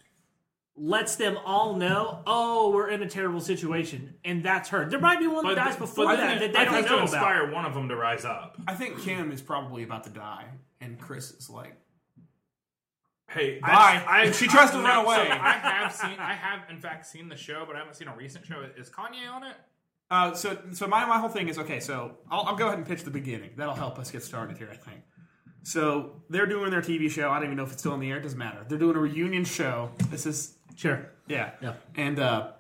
Speaker 3: lets them all know, oh, we're in a terrible situation, and that's her. There might be one that dies before
Speaker 1: but
Speaker 3: that
Speaker 1: then
Speaker 3: that
Speaker 1: it
Speaker 3: they don't
Speaker 1: has to
Speaker 3: know about.
Speaker 1: inspire one of them to rise up.
Speaker 2: I think Kim is probably about to die, and Chris is like,
Speaker 1: Hey,
Speaker 2: Bye.
Speaker 1: I, I,
Speaker 2: She tries to
Speaker 1: I-
Speaker 2: run
Speaker 1: so
Speaker 2: away.
Speaker 1: I have seen. I have in fact seen the show, but I haven't seen a recent show. Is Kanye on it?
Speaker 2: uh, "So, so my my whole thing is okay. So I'll, I'll go ahead and pitch the beginning. That'll help us get started here, I think." So they're doing their TV show. I don't even know if it's still in the air. It doesn't matter. They're doing a reunion show. This is
Speaker 3: Sure.
Speaker 2: yeah,
Speaker 3: Yeah.
Speaker 2: and uh,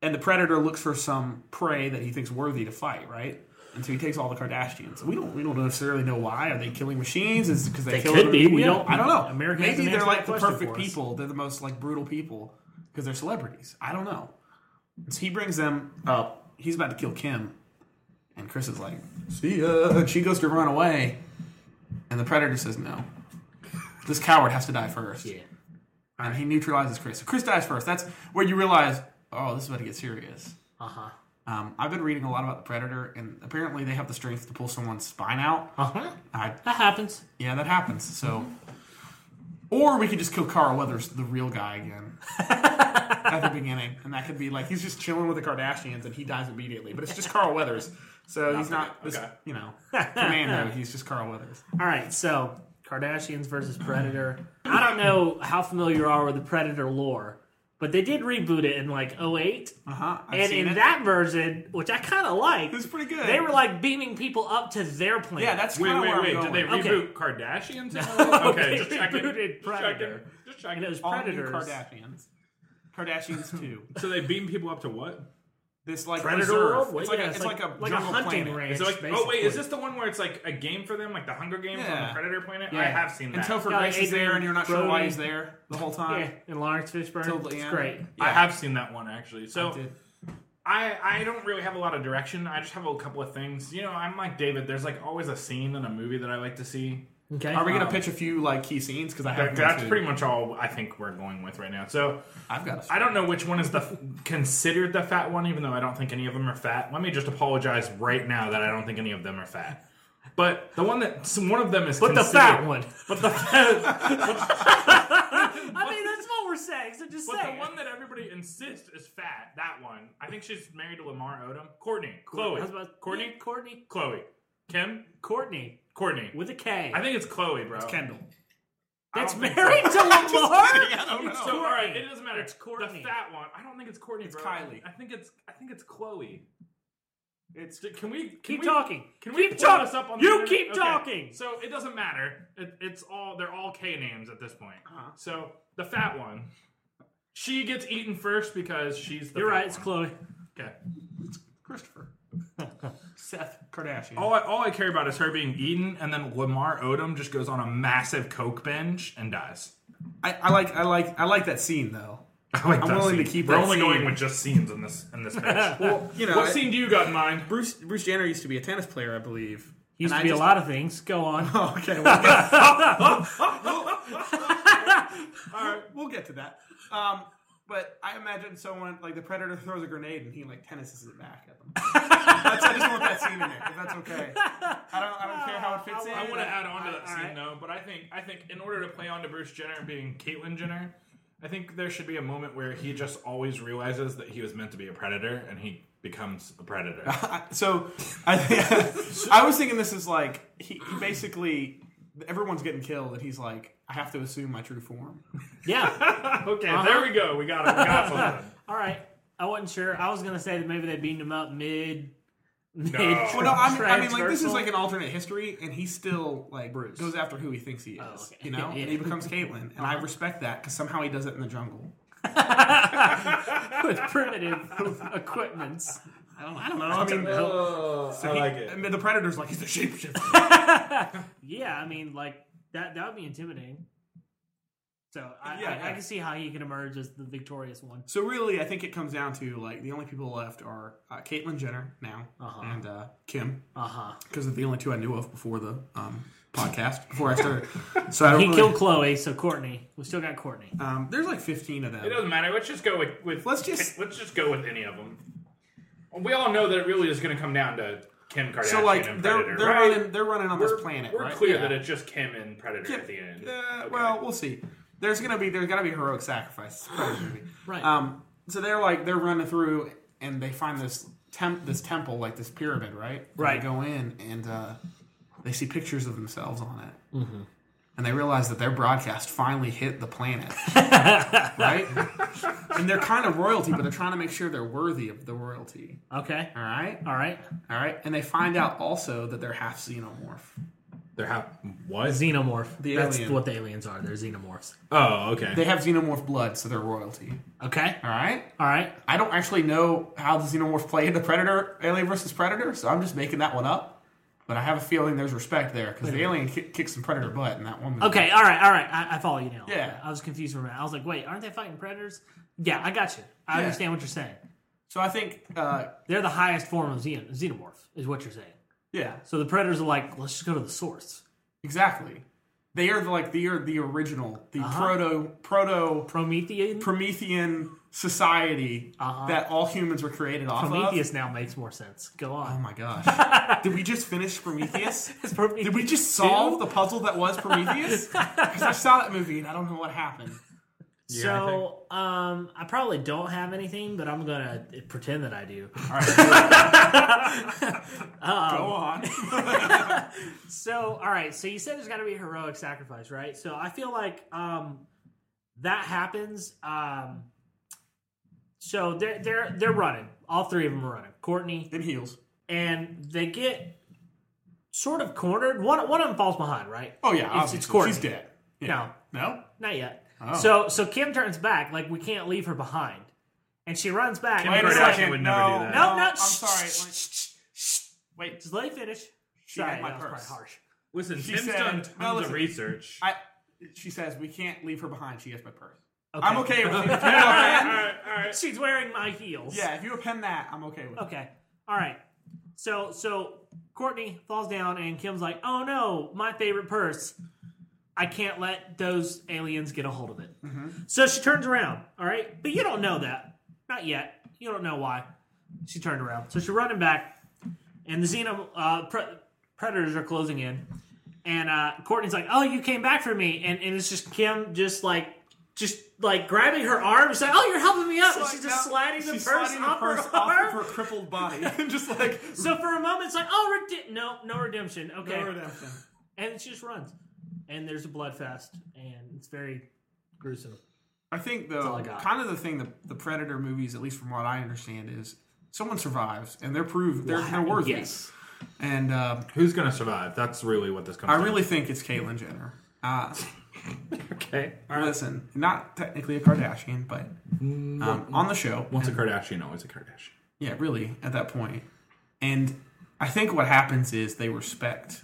Speaker 2: and the predator looks for some prey that he thinks worthy to fight, right? And so he takes all the Kardashians. We don't we don't necessarily know why. Are they killing machines? Is because they,
Speaker 3: They
Speaker 2: kill
Speaker 3: could
Speaker 2: other
Speaker 3: be. We
Speaker 2: people?
Speaker 3: don't-
Speaker 2: I don't know.
Speaker 3: America hasn't
Speaker 2: Maybe they're
Speaker 3: answered
Speaker 2: like
Speaker 3: that
Speaker 2: the
Speaker 3: question
Speaker 2: perfect
Speaker 3: for us.
Speaker 2: people. They're the most like brutal people because they're celebrities. I don't know. So he brings them up. He's about to kill Kim, and Chris is like, "See ya." And she goes to run away, and the predator says, "No, this coward has to die first.
Speaker 3: Yeah.
Speaker 2: And he neutralizes Chris. So Chris dies first. That's where you realize, oh, this is about to get serious.
Speaker 3: Uh huh.
Speaker 2: Um, I've been reading a lot about the Predator, and apparently they have the strength to pull someone's spine out.
Speaker 3: Uh huh.
Speaker 2: I,
Speaker 3: That happens.
Speaker 2: yeah, that happens. So, or we could just kill Carl Weathers, the real guy, again at the beginning, and that could be like he's just chilling with the Kardashians, and he dies immediately. But it's just Carl Weathers, so he's not this,
Speaker 1: Okay.
Speaker 2: you know, commando. He's just Carl Weathers.
Speaker 3: All right, so Kardashians versus Predator. I don't know how familiar you are with the Predator lore, but they did reboot it in like 08.
Speaker 2: Uh huh.
Speaker 3: and in that version, which I kind of like,
Speaker 2: it was pretty good.
Speaker 3: they were like beaming people up to their planet.
Speaker 2: yeah, that's
Speaker 1: Wait,
Speaker 2: kinda
Speaker 1: wait,
Speaker 2: where I'm
Speaker 1: wait.
Speaker 2: going.
Speaker 1: Did they
Speaker 3: Okay.
Speaker 1: reboot Kardashians? okay,
Speaker 3: They
Speaker 1: just checking.
Speaker 3: rebooted
Speaker 1: Just checking.
Speaker 3: Predator.
Speaker 1: Just
Speaker 3: and it
Speaker 1: checking.
Speaker 3: was
Speaker 2: all
Speaker 3: Predators.
Speaker 2: new Kardashians. Kardashians too.
Speaker 1: So they beam people up to what?
Speaker 2: This like
Speaker 1: Predator
Speaker 2: reserve.
Speaker 1: world?
Speaker 2: It's
Speaker 1: What?
Speaker 2: like
Speaker 3: Yeah,
Speaker 2: a, it's like, a jungle
Speaker 3: hunting
Speaker 2: planet.
Speaker 3: ranch.
Speaker 1: So like, oh
Speaker 3: basically.
Speaker 1: wait, is this the one where it's like a game for them, like the Hunger Games on
Speaker 2: Yeah.
Speaker 1: the Predator planet? I
Speaker 3: Yeah.
Speaker 1: have seen
Speaker 2: And
Speaker 1: that.
Speaker 2: Topher
Speaker 3: Yeah, like
Speaker 2: Grace is there, and you're not sure why
Speaker 3: Adrian
Speaker 2: he's there the whole time.
Speaker 3: Yeah, in Lawrence Fishburne,
Speaker 2: Till the
Speaker 3: it's
Speaker 2: end.
Speaker 3: great.
Speaker 1: I have seen that one actually. So
Speaker 2: Did-
Speaker 1: I, I don't really have a lot of direction. I just have a couple of things. You know, I'm like David. There's like always a scene in a movie that I like to see.
Speaker 3: Okay,
Speaker 2: Are we gonna
Speaker 1: Um,
Speaker 2: pitch a few like key scenes? Because I have
Speaker 1: That, that's pretty much all I think we're going with right now. So
Speaker 2: I've got. a
Speaker 1: I don't know which one is the considered the fat one, even though I don't think any of them are fat. Let me just apologize right now that I don't think any of them are fat. But the one that some- one of them is
Speaker 3: but the
Speaker 1: considered-
Speaker 3: fat one.
Speaker 1: But the fat,
Speaker 3: I mean, that's what we're saying. So just
Speaker 1: but
Speaker 3: say
Speaker 1: the
Speaker 3: it.
Speaker 1: one that everybody insists is fat. That one. I think she's married to Lamar Odom. Courtney, Chloe,
Speaker 3: I was about-
Speaker 1: Courtney,
Speaker 3: Courtney,
Speaker 1: Chloe, Kim,
Speaker 3: Courtney
Speaker 1: Courtney.
Speaker 3: with a K.
Speaker 1: I think it's Chloe, bro.
Speaker 2: It's Kendall.
Speaker 1: I don't
Speaker 3: That's
Speaker 1: think
Speaker 3: married
Speaker 1: so.
Speaker 3: to Lamar.
Speaker 2: I don't
Speaker 1: So,
Speaker 2: know.
Speaker 1: all right, it doesn't matter.
Speaker 3: It's Courtney.
Speaker 1: The fat one. I don't think it's Courtney.
Speaker 2: It's
Speaker 1: bro.
Speaker 2: Kylie.
Speaker 1: I think it's. I think it's Chloe.
Speaker 2: It's
Speaker 1: D- Can we can
Speaker 3: Keep
Speaker 1: we-
Speaker 3: talking.
Speaker 1: Can we
Speaker 3: keep
Speaker 1: pull
Speaker 3: talking.
Speaker 1: this up on the
Speaker 3: you
Speaker 1: internet?
Speaker 3: keep
Speaker 1: Okay,
Speaker 3: talking.
Speaker 1: So it doesn't matter. It, it's all they're all K names at this point.
Speaker 2: Uh-huh.
Speaker 1: So the fat one, she gets eaten first because she's. The
Speaker 3: You're
Speaker 1: fat
Speaker 3: right. It's
Speaker 1: one.
Speaker 3: Chloe.
Speaker 1: Okay.
Speaker 2: Christopher
Speaker 3: Seth.
Speaker 2: Kardashian.
Speaker 1: All I, all I care about is her being eaten, and then Lamar Odom just goes on a massive coke binge and dies.
Speaker 2: I, I like I like I like that scene though.
Speaker 1: I like
Speaker 2: I'm
Speaker 1: that
Speaker 2: willing to
Speaker 1: scene.
Speaker 2: keep
Speaker 1: We're
Speaker 2: that
Speaker 1: only
Speaker 2: scene.
Speaker 1: going with just scenes in this in this pitch.
Speaker 2: Well, you know,
Speaker 1: what
Speaker 2: I-
Speaker 1: scene do you got in mind?
Speaker 2: Bruce Bruce Jenner used to be a tennis player, I believe.
Speaker 3: Used
Speaker 2: And
Speaker 3: to
Speaker 2: I
Speaker 3: be
Speaker 2: just-
Speaker 3: a lot of things. Go on.
Speaker 2: Oh, okay, well,
Speaker 1: All right.
Speaker 2: we'll get to that. Um, but I imagine someone like the predator throws a grenade and he like tennises it back at them. that's, I just want that scene in there. If that's okay. I don't. I don't care how it fits in.
Speaker 1: I want to add on to
Speaker 3: All
Speaker 1: that
Speaker 3: right.
Speaker 1: scene though, but I think I think in order to play on to Bruce Jenner being Caitlyn Jenner, I think there should be a moment where he just always realizes that he was meant to be a predator and he becomes a predator.
Speaker 2: I- so I, think, I was thinking this is like he, he basically everyone's getting killed and he's like I have to assume my true form.
Speaker 3: Yeah. Uh-huh.
Speaker 1: okay, there we go. We got it. We got something.
Speaker 3: All right. I wasn't sure. I was gonna say that maybe they beamed him up mid. mid
Speaker 2: Well, no, I mean, I mean, like this is
Speaker 3: transversal.
Speaker 2: like an alternate history, and he still like
Speaker 3: Bruce.
Speaker 2: goes after who he thinks he is,
Speaker 3: Oh, okay. Uh-huh.
Speaker 2: you know,
Speaker 3: Yeah.
Speaker 2: and he becomes Caitlyn, and I respect that because somehow he does it in the jungle.
Speaker 3: with primitive equipments.
Speaker 2: I don't, I don't know. I mean, uh,
Speaker 1: I like
Speaker 2: I
Speaker 1: it.
Speaker 2: mean, the predator's like he's a shapeshifter.
Speaker 3: Yeah, I mean, like that. That would be intimidating. So I,
Speaker 2: Yeah,
Speaker 3: I,
Speaker 2: yeah.
Speaker 3: I can see how he can emerge as the victorious one.
Speaker 2: So really, I think it comes down to like the only people left are uh, Caitlyn Jenner now
Speaker 3: Uh-huh.
Speaker 2: and uh, Kim
Speaker 3: Uh huh.
Speaker 2: because they're the only two I knew of before the um, podcast before I started. So I don't.
Speaker 3: He
Speaker 2: really-
Speaker 3: killed Chloe, so Courtney. We still got Courtney.
Speaker 2: Um, there's like 15 of
Speaker 1: It
Speaker 2: them.
Speaker 1: doesn't matter. Let's just go with, with
Speaker 2: Let's just-
Speaker 1: let's just go with any of them. We all know that it really is going to come down to Kim Kardashian
Speaker 2: So like
Speaker 1: and
Speaker 2: they're
Speaker 1: Predator.
Speaker 2: they're
Speaker 1: right?
Speaker 2: running they're running on
Speaker 1: we're,
Speaker 2: this planet.
Speaker 1: We're
Speaker 2: right?
Speaker 1: clear
Speaker 2: Yeah.
Speaker 1: that it's just Kim and Predator at the end.
Speaker 2: Uh,
Speaker 1: Okay.
Speaker 2: Well, we'll see. There's gonna be there's gotta be heroic sacrifices. It's a Predator movie.
Speaker 3: Right.
Speaker 2: Um. So they're like they're running through and they find this temp this temple like this pyramid right. And
Speaker 3: Right.
Speaker 2: They go in and uh, they see pictures of themselves on it. Mm-hmm. And they realize that their broadcast finally hit the planet, right? and they're kind of royalty, but they're trying to make sure they're worthy of the royalty.
Speaker 3: Okay.
Speaker 2: All right,
Speaker 3: All right.
Speaker 2: all right. And they find out also that they're half xenomorph.
Speaker 1: There have was
Speaker 3: Xenomorph.
Speaker 2: The
Speaker 3: That's
Speaker 2: alien.
Speaker 3: what the aliens are. They're xenomorphs.
Speaker 1: oh okay.
Speaker 2: They have xenomorph blood, so they're royalty.
Speaker 3: Okay.
Speaker 2: All right.
Speaker 3: All right.
Speaker 2: I don't actually know how the xenomorph played the predator, Alien versus Predator, so I'm just making that one up. But I have a feeling there's respect there because the alien ki- kicks some predator butt in that one. Movie.
Speaker 3: Okay. All right. All right. I, I follow you now.
Speaker 2: Yeah.
Speaker 3: I was confused for a minute. I was like, wait, aren't they fighting predators? Yeah, I got you. I
Speaker 2: Yeah.
Speaker 3: understand what you're saying.
Speaker 2: So I think, uh,
Speaker 3: They're the highest form of xen- xenomorph, is what you're saying.
Speaker 2: yeah,
Speaker 3: So the predators are like, let's just go to the source.
Speaker 2: exactly. They are the, like the are the original, the
Speaker 3: Uh-huh.
Speaker 2: proto proto
Speaker 3: Promethean.
Speaker 2: Promethean society that all humans were created off
Speaker 3: Uh-huh. Prometheus now makes more sense. Go
Speaker 2: of. Oh
Speaker 3: on.
Speaker 2: my gosh! Did we just finish Prometheus?
Speaker 3: It's Prometheus
Speaker 2: Did we just
Speaker 3: two?
Speaker 2: solve the puzzle that was Prometheus? Because I saw that movie and I don't know what happened.
Speaker 1: I
Speaker 3: So um, I probably don't have anything, but I'm gonna pretend that I do.
Speaker 2: All right, go
Speaker 3: Um,
Speaker 2: on.
Speaker 3: So all right, so you said there's got to be a heroic sacrifice, right? So I feel like um, that happens. Um, so they're they're they're running. All three of them are running. Courtney
Speaker 2: In heels.
Speaker 3: and they get sort of cornered. One one of them falls behind, right?
Speaker 2: Oh yeah,
Speaker 3: It's- it's
Speaker 2: obviously.
Speaker 3: Courtney.
Speaker 2: She's dead. Yeah.
Speaker 3: No,
Speaker 2: No.
Speaker 3: not yet.
Speaker 2: Oh.
Speaker 3: So so Kim turns back, like we can't leave her behind, and she runs back.
Speaker 1: Kim
Speaker 3: and
Speaker 1: Kardashian
Speaker 3: it's like,
Speaker 1: would never do that.
Speaker 3: No, no.
Speaker 2: I'm sorry. Like, wait.
Speaker 3: Just let me finish.
Speaker 2: She
Speaker 3: Sorry,
Speaker 2: had my
Speaker 3: that was
Speaker 2: purse.
Speaker 3: probably harsh.
Speaker 1: Listen,
Speaker 2: She
Speaker 1: Tim's
Speaker 2: said-
Speaker 1: done tons
Speaker 2: no, listen.
Speaker 1: of research.
Speaker 2: I. She says we can't leave her behind. She has my purse.
Speaker 3: Okay.
Speaker 2: I'm okay with it. If you
Speaker 1: all right,
Speaker 2: append,
Speaker 1: all right, all right.
Speaker 3: She's wearing my heels.
Speaker 2: yeah, if you append that, I'm okay with it.
Speaker 3: Okay. All right. So so Courtney falls down and Kim's like, "Oh no, my favorite purse. I can't let those aliens get a hold of it."
Speaker 2: Mm-hmm.
Speaker 3: So she turns around. All right, but you don't know that. Not yet. You don't know why she turned around. So she's running back, and the xeno uh, pre- predators are closing in. And uh, Courtney's like, "Oh, you came back for me," and and it's just Kim just like. Just like grabbing her arm, she's like, "Oh, you're helping me up!" and
Speaker 2: Like,
Speaker 3: she's just
Speaker 2: now-
Speaker 3: sliding the
Speaker 2: she's
Speaker 3: purse
Speaker 2: sliding the
Speaker 3: off
Speaker 2: purse
Speaker 3: her arm.
Speaker 2: off of her crippled body, and just like
Speaker 3: So for a moment, it's like, oh, rede- no, no redemption. Okay,
Speaker 2: redemption.
Speaker 3: and she just runs, and there's a blood fest, and it's very gruesome.
Speaker 2: I think
Speaker 3: all I
Speaker 2: though,
Speaker 3: got.
Speaker 2: kind of the thing that the Predator movies, at least from what I understand, is someone survives and they're proved they're, they're worthy.
Speaker 3: Yes.
Speaker 2: And uh,
Speaker 1: Who's gonna survive? That's really what this comes.
Speaker 2: I
Speaker 1: down
Speaker 2: really think it's Caitlyn Jenner. Uh,
Speaker 1: to. okay.
Speaker 2: Listen, not technically a Kardashian, but
Speaker 3: Mm,
Speaker 2: um, on the show,
Speaker 1: Once a Kardashian, always a Kardashian.
Speaker 2: yeah, really at that point. And I think what happens is they respect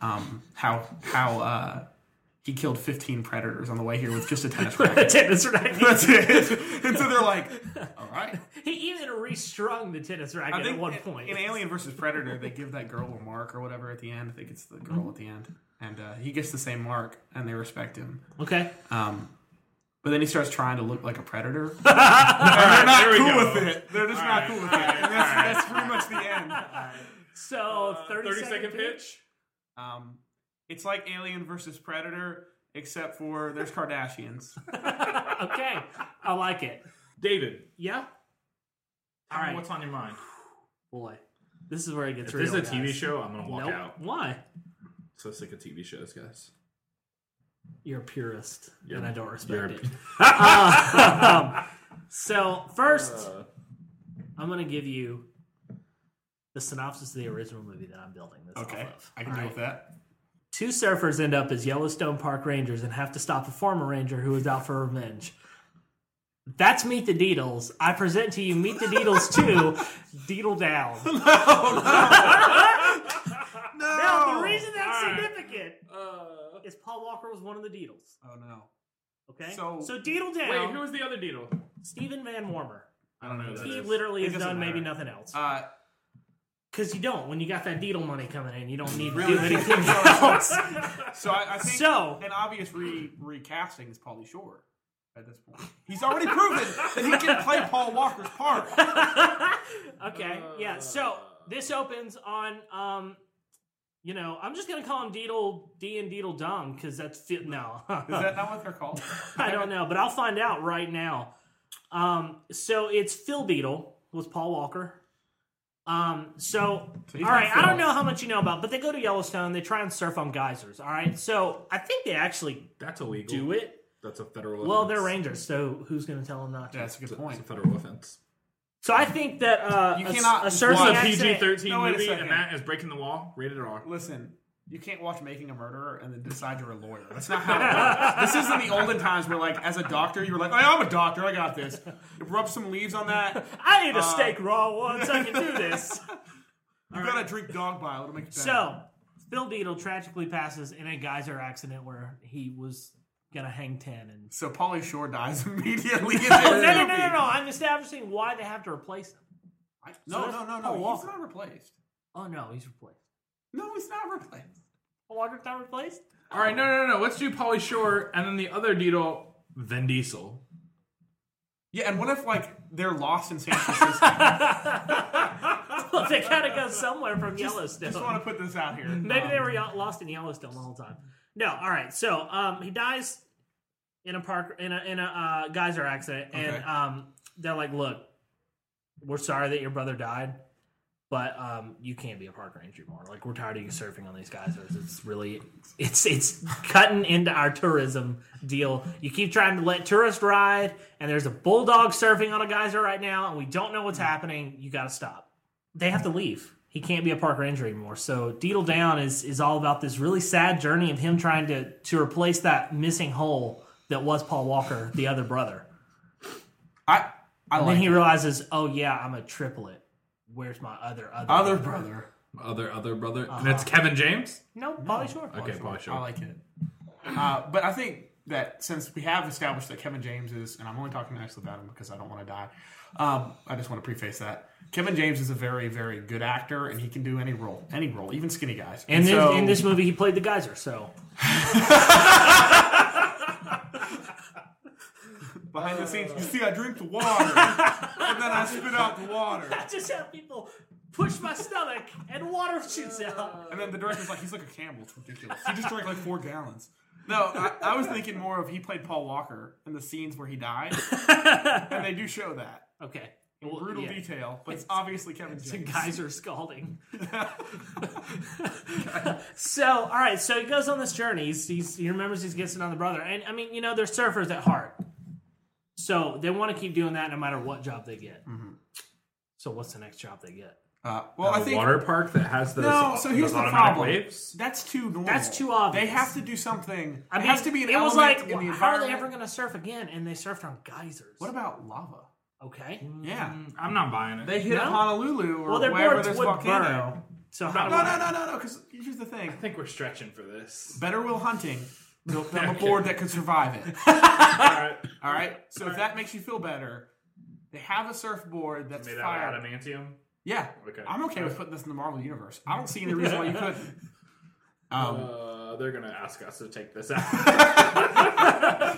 Speaker 2: um, how how uh, he killed 15 predators on the way here with just a tennis racket.
Speaker 3: tennis racket.
Speaker 2: That's it. And so they're like, all right.
Speaker 3: he even restrung the tennis racket
Speaker 2: I think
Speaker 3: at one
Speaker 2: in-
Speaker 3: point.
Speaker 2: in Alien versus Predator, they give that girl a mark or whatever at the end. I think it's the girl
Speaker 3: Mm-hmm.
Speaker 2: at the end, and uh, he gets the same mark, and they respect him.
Speaker 3: okay.
Speaker 2: Um, but then he starts trying to look like a predator.
Speaker 1: They're
Speaker 2: not cool with it. They're just not cool with it. And that's, that's pretty much the end.
Speaker 3: So thirty,
Speaker 1: Uh, Thirty second pitch.
Speaker 2: Um, it's like Alien versus Predator, except for there's Kardashians.
Speaker 3: okay, I like it.
Speaker 1: David,
Speaker 3: Yeah.
Speaker 1: all
Speaker 3: All
Speaker 1: right.
Speaker 3: right.
Speaker 1: What's on your mind?
Speaker 3: Boy, this is where it gets
Speaker 1: If
Speaker 3: real.
Speaker 1: this is a TV
Speaker 3: guys.
Speaker 1: show, I'm gonna walk
Speaker 3: Nope.
Speaker 1: out.
Speaker 3: Why?
Speaker 1: So sick of TV shows, guys.
Speaker 3: You're a purist,
Speaker 1: You're-
Speaker 3: and I don't respect
Speaker 1: you're a
Speaker 3: it. Um, so first.
Speaker 1: Uh,
Speaker 3: I'm gonna give you the synopsis of the original movie that I'm building this
Speaker 2: Okay,
Speaker 3: off of.
Speaker 2: I can
Speaker 3: All
Speaker 2: deal
Speaker 3: right?
Speaker 2: with that.
Speaker 3: Two surfers end up as Yellowstone Park rangers and have to stop a former ranger who is out for revenge. That's Meet the Deedles. I present to you Meet the Deedles 2, Deedle Down.
Speaker 2: No.
Speaker 3: Now, the reason that's
Speaker 1: All right.
Speaker 3: significant
Speaker 1: uh,
Speaker 3: is Paul Walker was one of the Deedles.
Speaker 2: Oh no.
Speaker 3: Okay?
Speaker 2: So-
Speaker 3: Deedle Down,
Speaker 1: wait, who was the other Deedle?
Speaker 3: Stephen Van Warmer.
Speaker 1: I don't know. Who that
Speaker 3: He
Speaker 1: is.
Speaker 3: literally has
Speaker 2: It doesn't
Speaker 3: done maybe
Speaker 2: matter.
Speaker 3: nothing else.
Speaker 2: Uh,
Speaker 3: Because you don't. When you got that Deedle money coming in, you don't need to
Speaker 2: Really?
Speaker 3: do anything else.
Speaker 2: so I, I think
Speaker 3: So-
Speaker 2: an obvious re- recasting is Paulie Shore at this point. He's already proven that he can play Paul Walker's part.
Speaker 3: okay. yeah. So
Speaker 2: Uh.
Speaker 3: this opens on um, you know, I'm just gonna call him Deedle D and Deedle Dum because that's fit. No,
Speaker 2: Is that not what they're called?
Speaker 3: I don't know, but I'll find out right now. Um, so it's Phil Beetle was Paul Walker. Um, so,
Speaker 2: he's
Speaker 3: all
Speaker 2: not
Speaker 3: right, I
Speaker 2: Phil.
Speaker 3: don't know how much you know about, but they go to Yellowstone. They try and surf on geysers. All right, so I think they actually
Speaker 1: That's illegal.
Speaker 3: do it.
Speaker 1: That's a federal.
Speaker 3: Well,
Speaker 1: offense.
Speaker 3: they're rangers, so who's going to tell them not to?
Speaker 2: Yeah, that's a good
Speaker 1: It's a
Speaker 2: point.
Speaker 1: federal offense.
Speaker 3: So I think that uh,
Speaker 2: You
Speaker 3: a-
Speaker 2: cannot-
Speaker 3: a surfing
Speaker 2: Well,
Speaker 1: It's a
Speaker 3: accident-
Speaker 1: PG thirteen
Speaker 2: No, wait a
Speaker 1: movie,
Speaker 2: second.
Speaker 1: and that is breaking the law. Rated R.
Speaker 2: Listen, you can't watch Making a Murderer and then decide you're a lawyer. That's not how it works. This isn't the olden times where, like, as a doctor, you were like, "Hey, I'm a doctor. I got this." You rub some leaves on that.
Speaker 3: I
Speaker 2: Uh,
Speaker 3: ate a steak raw once. I can do this.
Speaker 2: You gotta drink dog bile. It'll make you better.
Speaker 3: So, Phil Beadle tragically passes in a geyser accident where he was gonna hang ten. And Oh,
Speaker 2: so Polly Shore dies immediately. In
Speaker 3: no, no, no, no, no! I'm establishing why they have to replace him.
Speaker 2: no, no, no, no.
Speaker 3: Paul
Speaker 2: He's
Speaker 3: Walker.
Speaker 2: not replaced.
Speaker 3: Oh no, he's replaced.
Speaker 2: No, he's not replaced.
Speaker 3: Oh, Walker's not replaced.
Speaker 1: All right, no, no, no, no. Let's do Polly Shore and then the other Deedle, Vin Diesel.
Speaker 2: Yeah, and what if like they're lost in San Francisco?
Speaker 3: Well, they gotta go somewhere from Yellowstone.
Speaker 2: Just want to put this out here.
Speaker 3: Maybe
Speaker 2: Um,
Speaker 3: they were y- lost in Yellowstone the whole time. No, all right. So um, he dies in a park in a in a uh, geyser accident, and
Speaker 2: Okay.
Speaker 3: um, they're like, "Look, we're sorry that your brother died, but um, you can't be a park ranger anymore. Like, we're tired of you surfing on these geysers. It's really it's it's cutting into our tourism deal. You keep trying to let tourists ride, and there's a bulldog surfing on a geyser right now, and we don't know what's
Speaker 2: Hmm.
Speaker 3: happening. You got to stop." they have to leave. He can't be a park ranger anymore. So Deedle Down is is all about this really sad journey of him trying to to replace that missing hole that was Paul Walker, the other brother.
Speaker 2: I I
Speaker 3: Then
Speaker 2: like
Speaker 3: he
Speaker 2: he,
Speaker 3: realizes, oh yeah, I'm a triplet. Where's my other other
Speaker 2: other brother.
Speaker 1: Other, other brother. And that's Kevin James?
Speaker 3: No, Polly Uh-huh. Shore.
Speaker 1: Okay, Polly Shore.
Speaker 2: I like it. Uh, but I think that since we have established that Kevin James is, and I'm only talking nicely about him because I don't want to die. Um, I just want to preface that Kevin James is a very, very good actor, and he can do any role, any role, even skinny guys.
Speaker 3: And then
Speaker 2: so-
Speaker 3: in this movie, he played the geyser. So
Speaker 2: behind the scenes, you see, I drink the water, and then I spit out the water.
Speaker 3: I just have people push my stomach and water shoots out.
Speaker 2: And then the director's like, he's like a Campbell. It's ridiculous. He just drank like four gallons. No, I, I was thinking more of he played Paul Walker in the scenes where he died, and they do show that
Speaker 3: Okay.
Speaker 2: in brutal
Speaker 3: yeah.
Speaker 2: detail. But it's obviously Kevin
Speaker 3: The
Speaker 2: James.
Speaker 3: geyser scalding. so, all right. So he goes on this journey. He's, he's, he remembers he's gets another brother, and I mean, you know, they're surfers at heart, so they want to keep doing that no matter what job they get.
Speaker 2: Mm-hmm.
Speaker 3: So, what's the next job they get?
Speaker 2: Uh, well, I
Speaker 1: a
Speaker 2: think
Speaker 1: water park that has those,
Speaker 2: no. So here's
Speaker 1: those
Speaker 2: the
Speaker 1: automatic
Speaker 2: problem.
Speaker 1: waves?
Speaker 2: That's too normal.
Speaker 3: That's too obvious.
Speaker 2: They have to do something.
Speaker 3: I mean,
Speaker 2: it has to be an
Speaker 3: it was
Speaker 2: element
Speaker 3: like,
Speaker 2: in the
Speaker 3: how are they
Speaker 2: environment.
Speaker 3: ever going to surf again? And they surfed on geysers.
Speaker 2: What about lava?
Speaker 3: okay,
Speaker 2: Yeah,
Speaker 1: I'm not buying it.
Speaker 2: they hit
Speaker 3: Mm. No?
Speaker 2: Honolulu or
Speaker 3: Well, their
Speaker 2: wherever
Speaker 3: boards
Speaker 2: there's
Speaker 3: would
Speaker 2: volcano.
Speaker 3: so how do
Speaker 2: No,
Speaker 3: I-
Speaker 2: no, no, no, no. Because here's the thing:
Speaker 1: I think we're stretching for this.
Speaker 2: Better Will Hunting. Built them a board that could survive it.
Speaker 1: All right.
Speaker 2: All right. So if that makes you feel better, they have a surfboard that's
Speaker 1: Made out of
Speaker 2: fire.
Speaker 1: adamantium.
Speaker 2: Yeah.
Speaker 1: Okay.
Speaker 2: I'm okay with putting this in the Marvel universe. I don't see any reason why you couldn't. Um,
Speaker 1: Uh, they're gonna ask us to take this out.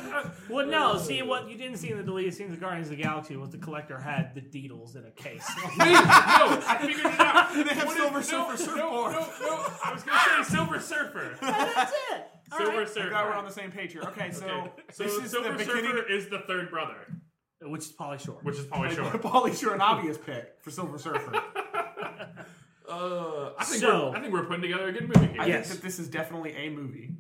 Speaker 3: Well,
Speaker 2: Oh.
Speaker 3: no. See, what you didn't see in the deleted scenes of Guardians of the Galaxy was the collector had the Deedles in a case.
Speaker 1: Wait, no, I figured it out.
Speaker 2: they have Silver Surfer
Speaker 1: No,
Speaker 2: surfboard.
Speaker 1: no, no. I was gonna say Silver Surfer.
Speaker 3: That's it. All
Speaker 1: Silver
Speaker 3: right.
Speaker 1: Surfer.
Speaker 2: Glad we're on the same page here. Okay, so
Speaker 1: Okay. So
Speaker 2: this is
Speaker 1: Silver
Speaker 2: the beginning.
Speaker 1: Surfer is the third brother,
Speaker 3: Which is Polly Shore.
Speaker 1: which is Polly Shore.
Speaker 2: Pauly Shore, an obvious pick for Silver Surfer.
Speaker 1: Uh, I think
Speaker 3: So-
Speaker 1: we're I think we're putting together a good movie here.
Speaker 2: I
Speaker 3: Yes.
Speaker 2: think that this is definitely a movie.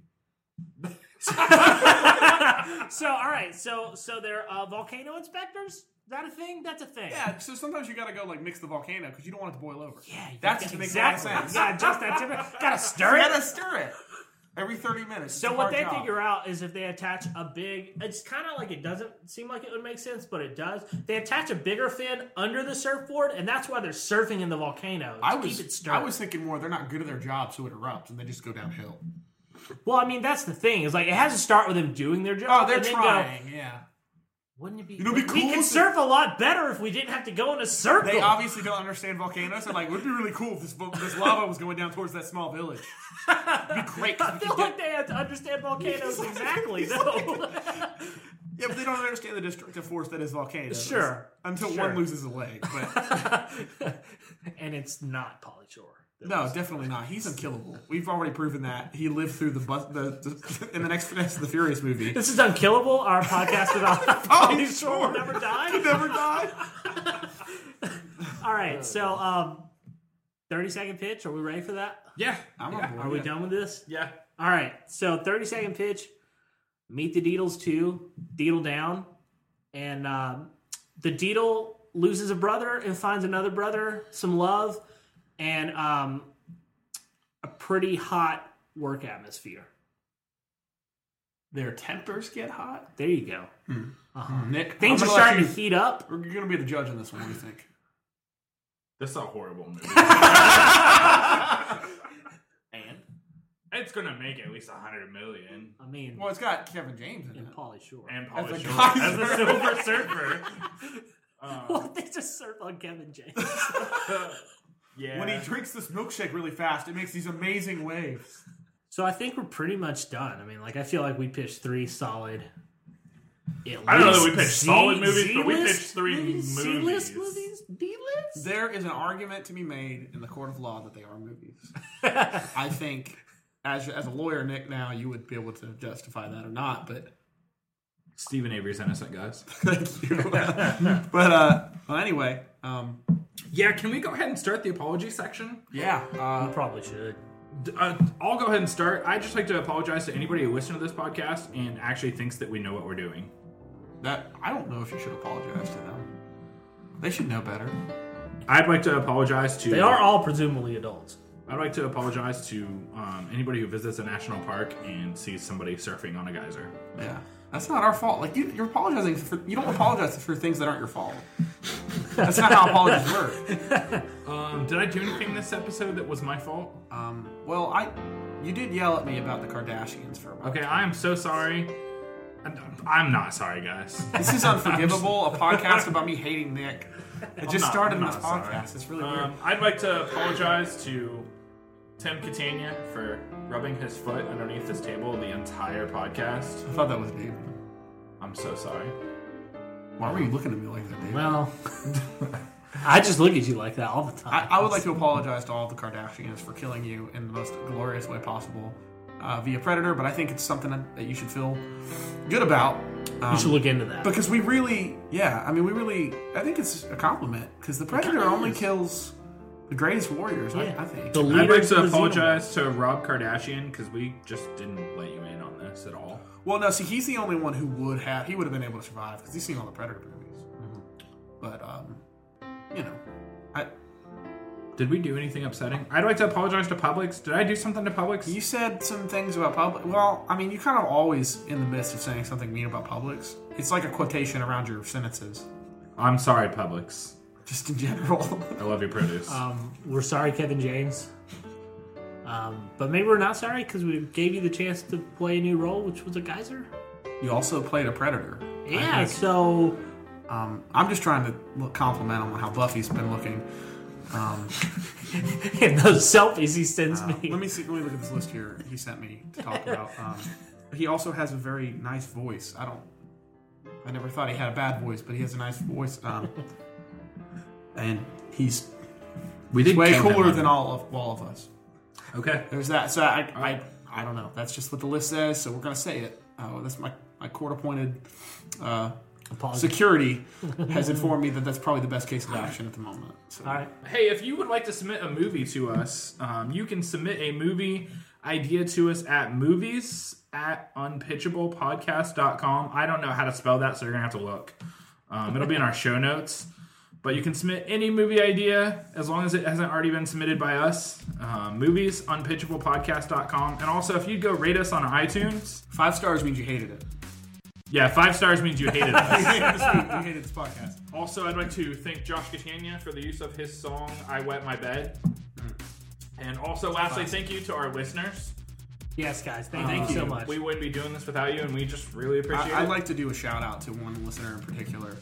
Speaker 3: So, all right. So, so they're uh, volcano inspectors. Is that a thing? That's a thing.
Speaker 2: Yeah. So sometimes you got to go like mix the volcano because you don't want it to boil over.
Speaker 3: Yeah, you
Speaker 2: That's
Speaker 3: got-
Speaker 2: just makes a lot of
Speaker 3: exactly.
Speaker 2: sense.
Speaker 3: Yeah, just that temperature. Gotta
Speaker 2: You
Speaker 3: stir
Speaker 2: got to
Speaker 3: it.
Speaker 2: stir it every thirty minutes. It's
Speaker 3: So
Speaker 2: a
Speaker 3: what
Speaker 2: hard
Speaker 3: they
Speaker 2: job.
Speaker 3: figure out is if they attach a big, it's kind of like it doesn't seem like it would make sense, but it does. They attach a bigger fin under the surfboard, and that's why they're surfing in the volcano. to
Speaker 2: I was
Speaker 3: keep it stirred.
Speaker 2: I was thinking more they're not good at their job, so it erupts and they just go downhill.
Speaker 3: well, I mean that's the thing. Is like it has to start with them doing their job.
Speaker 2: Oh, they're
Speaker 3: and then go,
Speaker 2: trying. yeah,
Speaker 3: Wouldn't it be?
Speaker 2: It'll be
Speaker 3: We
Speaker 2: cool
Speaker 3: could
Speaker 2: if-
Speaker 3: surf a lot better if we didn't have to go in a circle.
Speaker 2: they obviously don't understand volcanoes. They're like, would be really cool if this, vo- this lava was going down towarys that small village. It'd be great. 'cause
Speaker 3: I
Speaker 2: we
Speaker 3: feel
Speaker 2: could get-
Speaker 3: like they have to understand volcanoes exactly, though.
Speaker 2: yeah, but they don't understand the district of force that is volcanoes.
Speaker 3: Sure.
Speaker 2: until
Speaker 3: Sure.
Speaker 2: one loses a leg. But
Speaker 3: and it's not Polly Shore.
Speaker 2: no, definitely not. He's unkillable. We've already proven that. He lived through the bus the, the in the next Finesse of the Furious movie.
Speaker 3: This is Unkillable, our podcast about Polly Shore will never die.
Speaker 2: Never died.
Speaker 3: All right, so um, 30 second pitch. Are we ready for that?
Speaker 1: yeah.
Speaker 2: I'm
Speaker 1: yeah.
Speaker 2: on board.
Speaker 3: Are we done with this?
Speaker 1: Yeah.
Speaker 3: All right, so 30 second pitch. Meet the Deedles 2, Deedle Down. And um, the Deedle loses a brother and finds another brother, some love, and um, a pretty hot work atmosphere.
Speaker 2: Their tempers get hot.
Speaker 3: There you go.
Speaker 2: Oh, Nick,
Speaker 3: Things
Speaker 2: I'm
Speaker 3: are
Speaker 2: gonna let
Speaker 3: starting
Speaker 2: you-
Speaker 3: to heat up.
Speaker 2: We're going to be the judge on this one. What do you think?
Speaker 1: That's a horrible movie.
Speaker 3: And
Speaker 1: it's gonna make at least a hundred million.
Speaker 3: I mean,
Speaker 2: Well, it's got Kevin James in
Speaker 3: and
Speaker 2: it.
Speaker 3: Pauly Shore.
Speaker 1: And Paul
Speaker 2: As a
Speaker 1: Shore
Speaker 2: geyser.
Speaker 1: as a Silver Surfer.
Speaker 2: uh,
Speaker 1: Um,
Speaker 3: Well, they just served on Kevin James.
Speaker 1: yeah.
Speaker 2: When he drinks this milkshake really fast, it makes these amazing waves.
Speaker 3: so I think we're pretty much done. I mean, like I feel like we pitched three solid. at
Speaker 1: I don't know that
Speaker 3: least
Speaker 1: we pitched
Speaker 3: Z-
Speaker 1: solid movies, but we
Speaker 3: Z-list
Speaker 1: pitched three
Speaker 3: C-list
Speaker 1: movies.
Speaker 3: movies, D-list.
Speaker 2: There is an argument to be made in the court of law that they are movies. I think, as, as a lawyer, Nick, now you would be able to justify that or not, but
Speaker 1: Stephen Avery's innocent, guys.
Speaker 2: thank you. but uh, well, anyway, um,
Speaker 1: Yeah, can we go ahead and start the apology section?
Speaker 2: yeah, uh,
Speaker 3: I probably should.
Speaker 1: D- Uh, I'll go ahead and start. I'd just like to apologize to anybody who listened to this podcast and actually thinks that we know what we're doing.
Speaker 2: that I don't know if you should apologize to them. They should know better.
Speaker 1: I'd like to apologize to.
Speaker 3: They are all presumably adults.
Speaker 1: I'd like to apologize to um, anybody who visits a national park and sees somebody surfing on a geyser.
Speaker 2: Yeah, that's not our fault. Like you, you're apologizing for you don't apologize for things that aren't your fault. That's not how apologies work.
Speaker 1: Um, did I do anything this episode that was my fault?
Speaker 2: Um, well, I you did yell at me about the Kardashians for a moment.
Speaker 1: Okay, I am so sorry. I'm- I'm not sorry, guys.
Speaker 2: This is unforgivable. A podcast about me hating Nick. It just
Speaker 1: not-
Speaker 2: started
Speaker 1: I'm
Speaker 2: in this
Speaker 1: not sorry.
Speaker 2: podcast. It's really weird.
Speaker 1: Um, I'd like to apologize to Tim Catania for rubbing his foot underneath this table the entire podcast.
Speaker 2: I thought that was David.
Speaker 1: I'm so sorry.
Speaker 2: Why were you looking at me like that, David?
Speaker 3: Well, I just look at you like that all the
Speaker 2: I,
Speaker 3: time.
Speaker 2: I would like to apologize to all the Kardashians for killing you in the most glorious way possible uh, via Predator, but I think it's something that that you should feel good about. Um,
Speaker 3: You should look into that.
Speaker 2: because we really, yeah, I mean, we really, I think it's a compliment because the Predator
Speaker 3: kinda
Speaker 2: only
Speaker 3: is.
Speaker 2: kills the greatest warriors,
Speaker 3: Yeah.
Speaker 2: I, I think.
Speaker 3: The
Speaker 1: I'd like
Speaker 3: leaders
Speaker 1: to
Speaker 3: of the
Speaker 1: apologize to Rob Kardashian because we just didn't let you in on this at all.
Speaker 2: well, no, see, he's the only one who would have, he would have been able to survive because he's seen all the Predator movies. But, um, you know, I,
Speaker 1: Did we do anything upsetting? I'd like to apologize to Publix. Did I do something to Publix?
Speaker 2: You said some things about public. Well, I mean, you kind of always in the midst of saying something mean about Publix. It's like a quotation around your sentences,
Speaker 1: I'm sorry, Publix.
Speaker 2: just in general.
Speaker 1: I love your produce.
Speaker 2: Uh,
Speaker 3: Um, we're sorry, Kevin James. Um, but maybe we're not sorry because we gave you the chance to play a new role, which was a geyser.
Speaker 2: you also played a predator. I
Speaker 3: Yeah,
Speaker 2: think.
Speaker 3: so
Speaker 2: Um, I'm just trying to look compliment on how Buffy's been looking. Um,
Speaker 3: in those selfies he sends
Speaker 2: let
Speaker 3: me.
Speaker 2: me see. Let me look at this list here. He sent me to talk about. Um, he also has a very nice voice. I don't. I never thought he had a bad voice, but he has a nice voice. Um, and he's
Speaker 1: we did
Speaker 2: way
Speaker 1: kill him.
Speaker 2: cooler than all of all of us.
Speaker 1: Okay.
Speaker 2: There's that. So I, I, I don't know. That's just what the list says. So we're gonna say it. Uh, that's my my court appointed uh,
Speaker 3: Apologies.
Speaker 2: security has informed me that that's probably the best case of action at the moment. So
Speaker 3: All right.
Speaker 1: Hey, if you would like to submit a movie to us, um, you can submit a movie idea to us at movies at unpitchablepodcast.com. I don't know how to spell that, so you're going to have to look. Um, it'll be in our show notes. But you can submit any movie idea as long as it hasn't already been submitted by us. Um, movies, unpitchablepodcast.com. And also, if you'd go rate us on iTunes.
Speaker 2: five stars means you hated it.
Speaker 1: Yeah, five stars means you hated us.
Speaker 2: you hated this, week. You hated this podcast.
Speaker 1: Also, I'd like to thank Josh Catania for the use of his song "I Wet My Bed." And also, lastly, thank you to our listeners.
Speaker 3: Yes, guys. Thank, thank you so much.
Speaker 1: We wouldn't be doing this without you, and we just really appreciate
Speaker 2: I,
Speaker 1: it.
Speaker 2: I'd like to do a shout out to one listener in particular.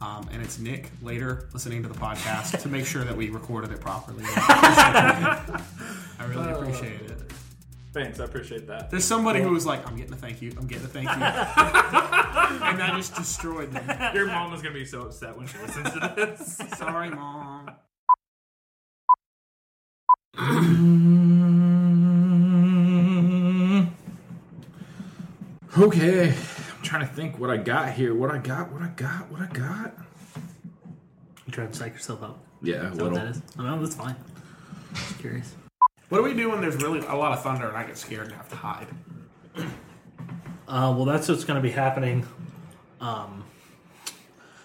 Speaker 2: Um, and it's Nick later listening to the podcast to make sure that we recorded it properly. I really appreciate it.
Speaker 1: Thanks, I appreciate that.
Speaker 2: There's somebody who was like, I'm getting a thank you, I'm getting a thank you. and that just destroyed them.
Speaker 1: Your mom is gonna be so upset when she listens to this.
Speaker 2: Sorry, mom.
Speaker 1: okay, I'm trying to think what I got here. What I got? What I got? What I got?
Speaker 3: you trying to psych yourself up.
Speaker 1: Yeah, a
Speaker 3: What
Speaker 1: little.
Speaker 3: that is? Oh, no, that's fine. Just curious.
Speaker 2: What do we do when there's really a lot of thunder and I get scared and have to hide?
Speaker 3: Uh, well, that's what's going to be happening um,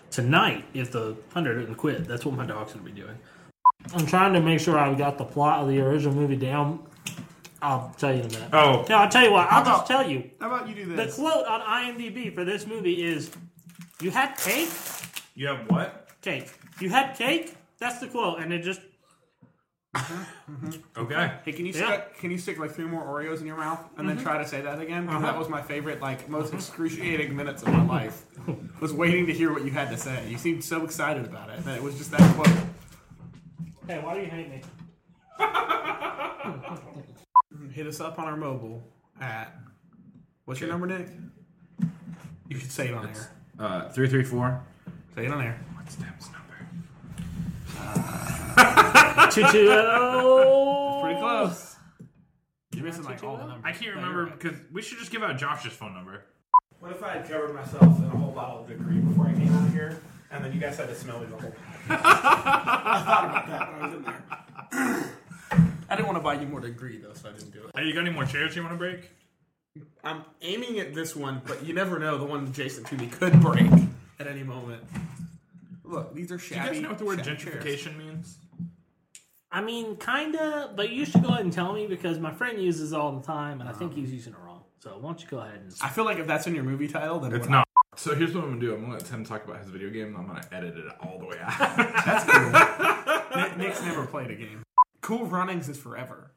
Speaker 3: tonight if the hunter doesn't quit. That's what my dog's going to be doing. I'm trying to make sure I've got the plot of the original movie down. I'll tell you in a minute.
Speaker 1: Oh,
Speaker 3: No, I'll tell you what. I'll
Speaker 2: about-
Speaker 3: just tell you.
Speaker 2: How about you do
Speaker 3: The
Speaker 2: this?
Speaker 3: quote on IMDb for this movie is, "You had cake,
Speaker 1: you have what?
Speaker 3: cake. You had cake." That's the quote, and it just
Speaker 1: Okay.
Speaker 2: Hey, can you
Speaker 3: Yeah.
Speaker 2: stick, can you stick like three more Oreos in your mouth and then try to say that again? 'Cause That was my favorite, like most excruciating minutes of my life. Was waiting to hear what you had to say. You seemed so excited about it that it was just that quote.
Speaker 3: Hey, why do you hate me?
Speaker 2: Hit us up on our mobile at what's your number, Nick? You should say it on air.
Speaker 1: Uh, three three four.
Speaker 2: Say it on air.
Speaker 1: What's Deb's number?
Speaker 3: Two two zero.
Speaker 2: Pretty close. You're missing like all the numbers.
Speaker 1: I can't remember because we should just give out Josh's phone number.
Speaker 2: What if I had covered myself in a whole bottle of Victory before I came out here, and then you guys had to smell me the whole time? I thought about that when I was in there. I didn't want to buy you more degree though, so I didn't do it.
Speaker 1: Hey, you got any more chairs you want to break?
Speaker 2: I'm aiming at this one, but you never know. The one adjacent to me could break at any moment. Look, these are
Speaker 1: You
Speaker 2: shabby.
Speaker 1: guys know what the word
Speaker 2: shabby chairs.
Speaker 1: gentrification means?
Speaker 3: I mean, kinda, but you should go ahead and tell me because my friend uses it all the time, and I think he's using it wrong. So why don't you go ahead and?
Speaker 2: Uh-huh. I feel like if that's in your movie title, then
Speaker 1: It's
Speaker 2: what-
Speaker 1: not. So here's what I'm gonna do. I'm gonna let Tim talk about his video game. and I'm gonna edit it all the way out.
Speaker 2: Nick- Nick's never played a game. Cool Runnings is forever.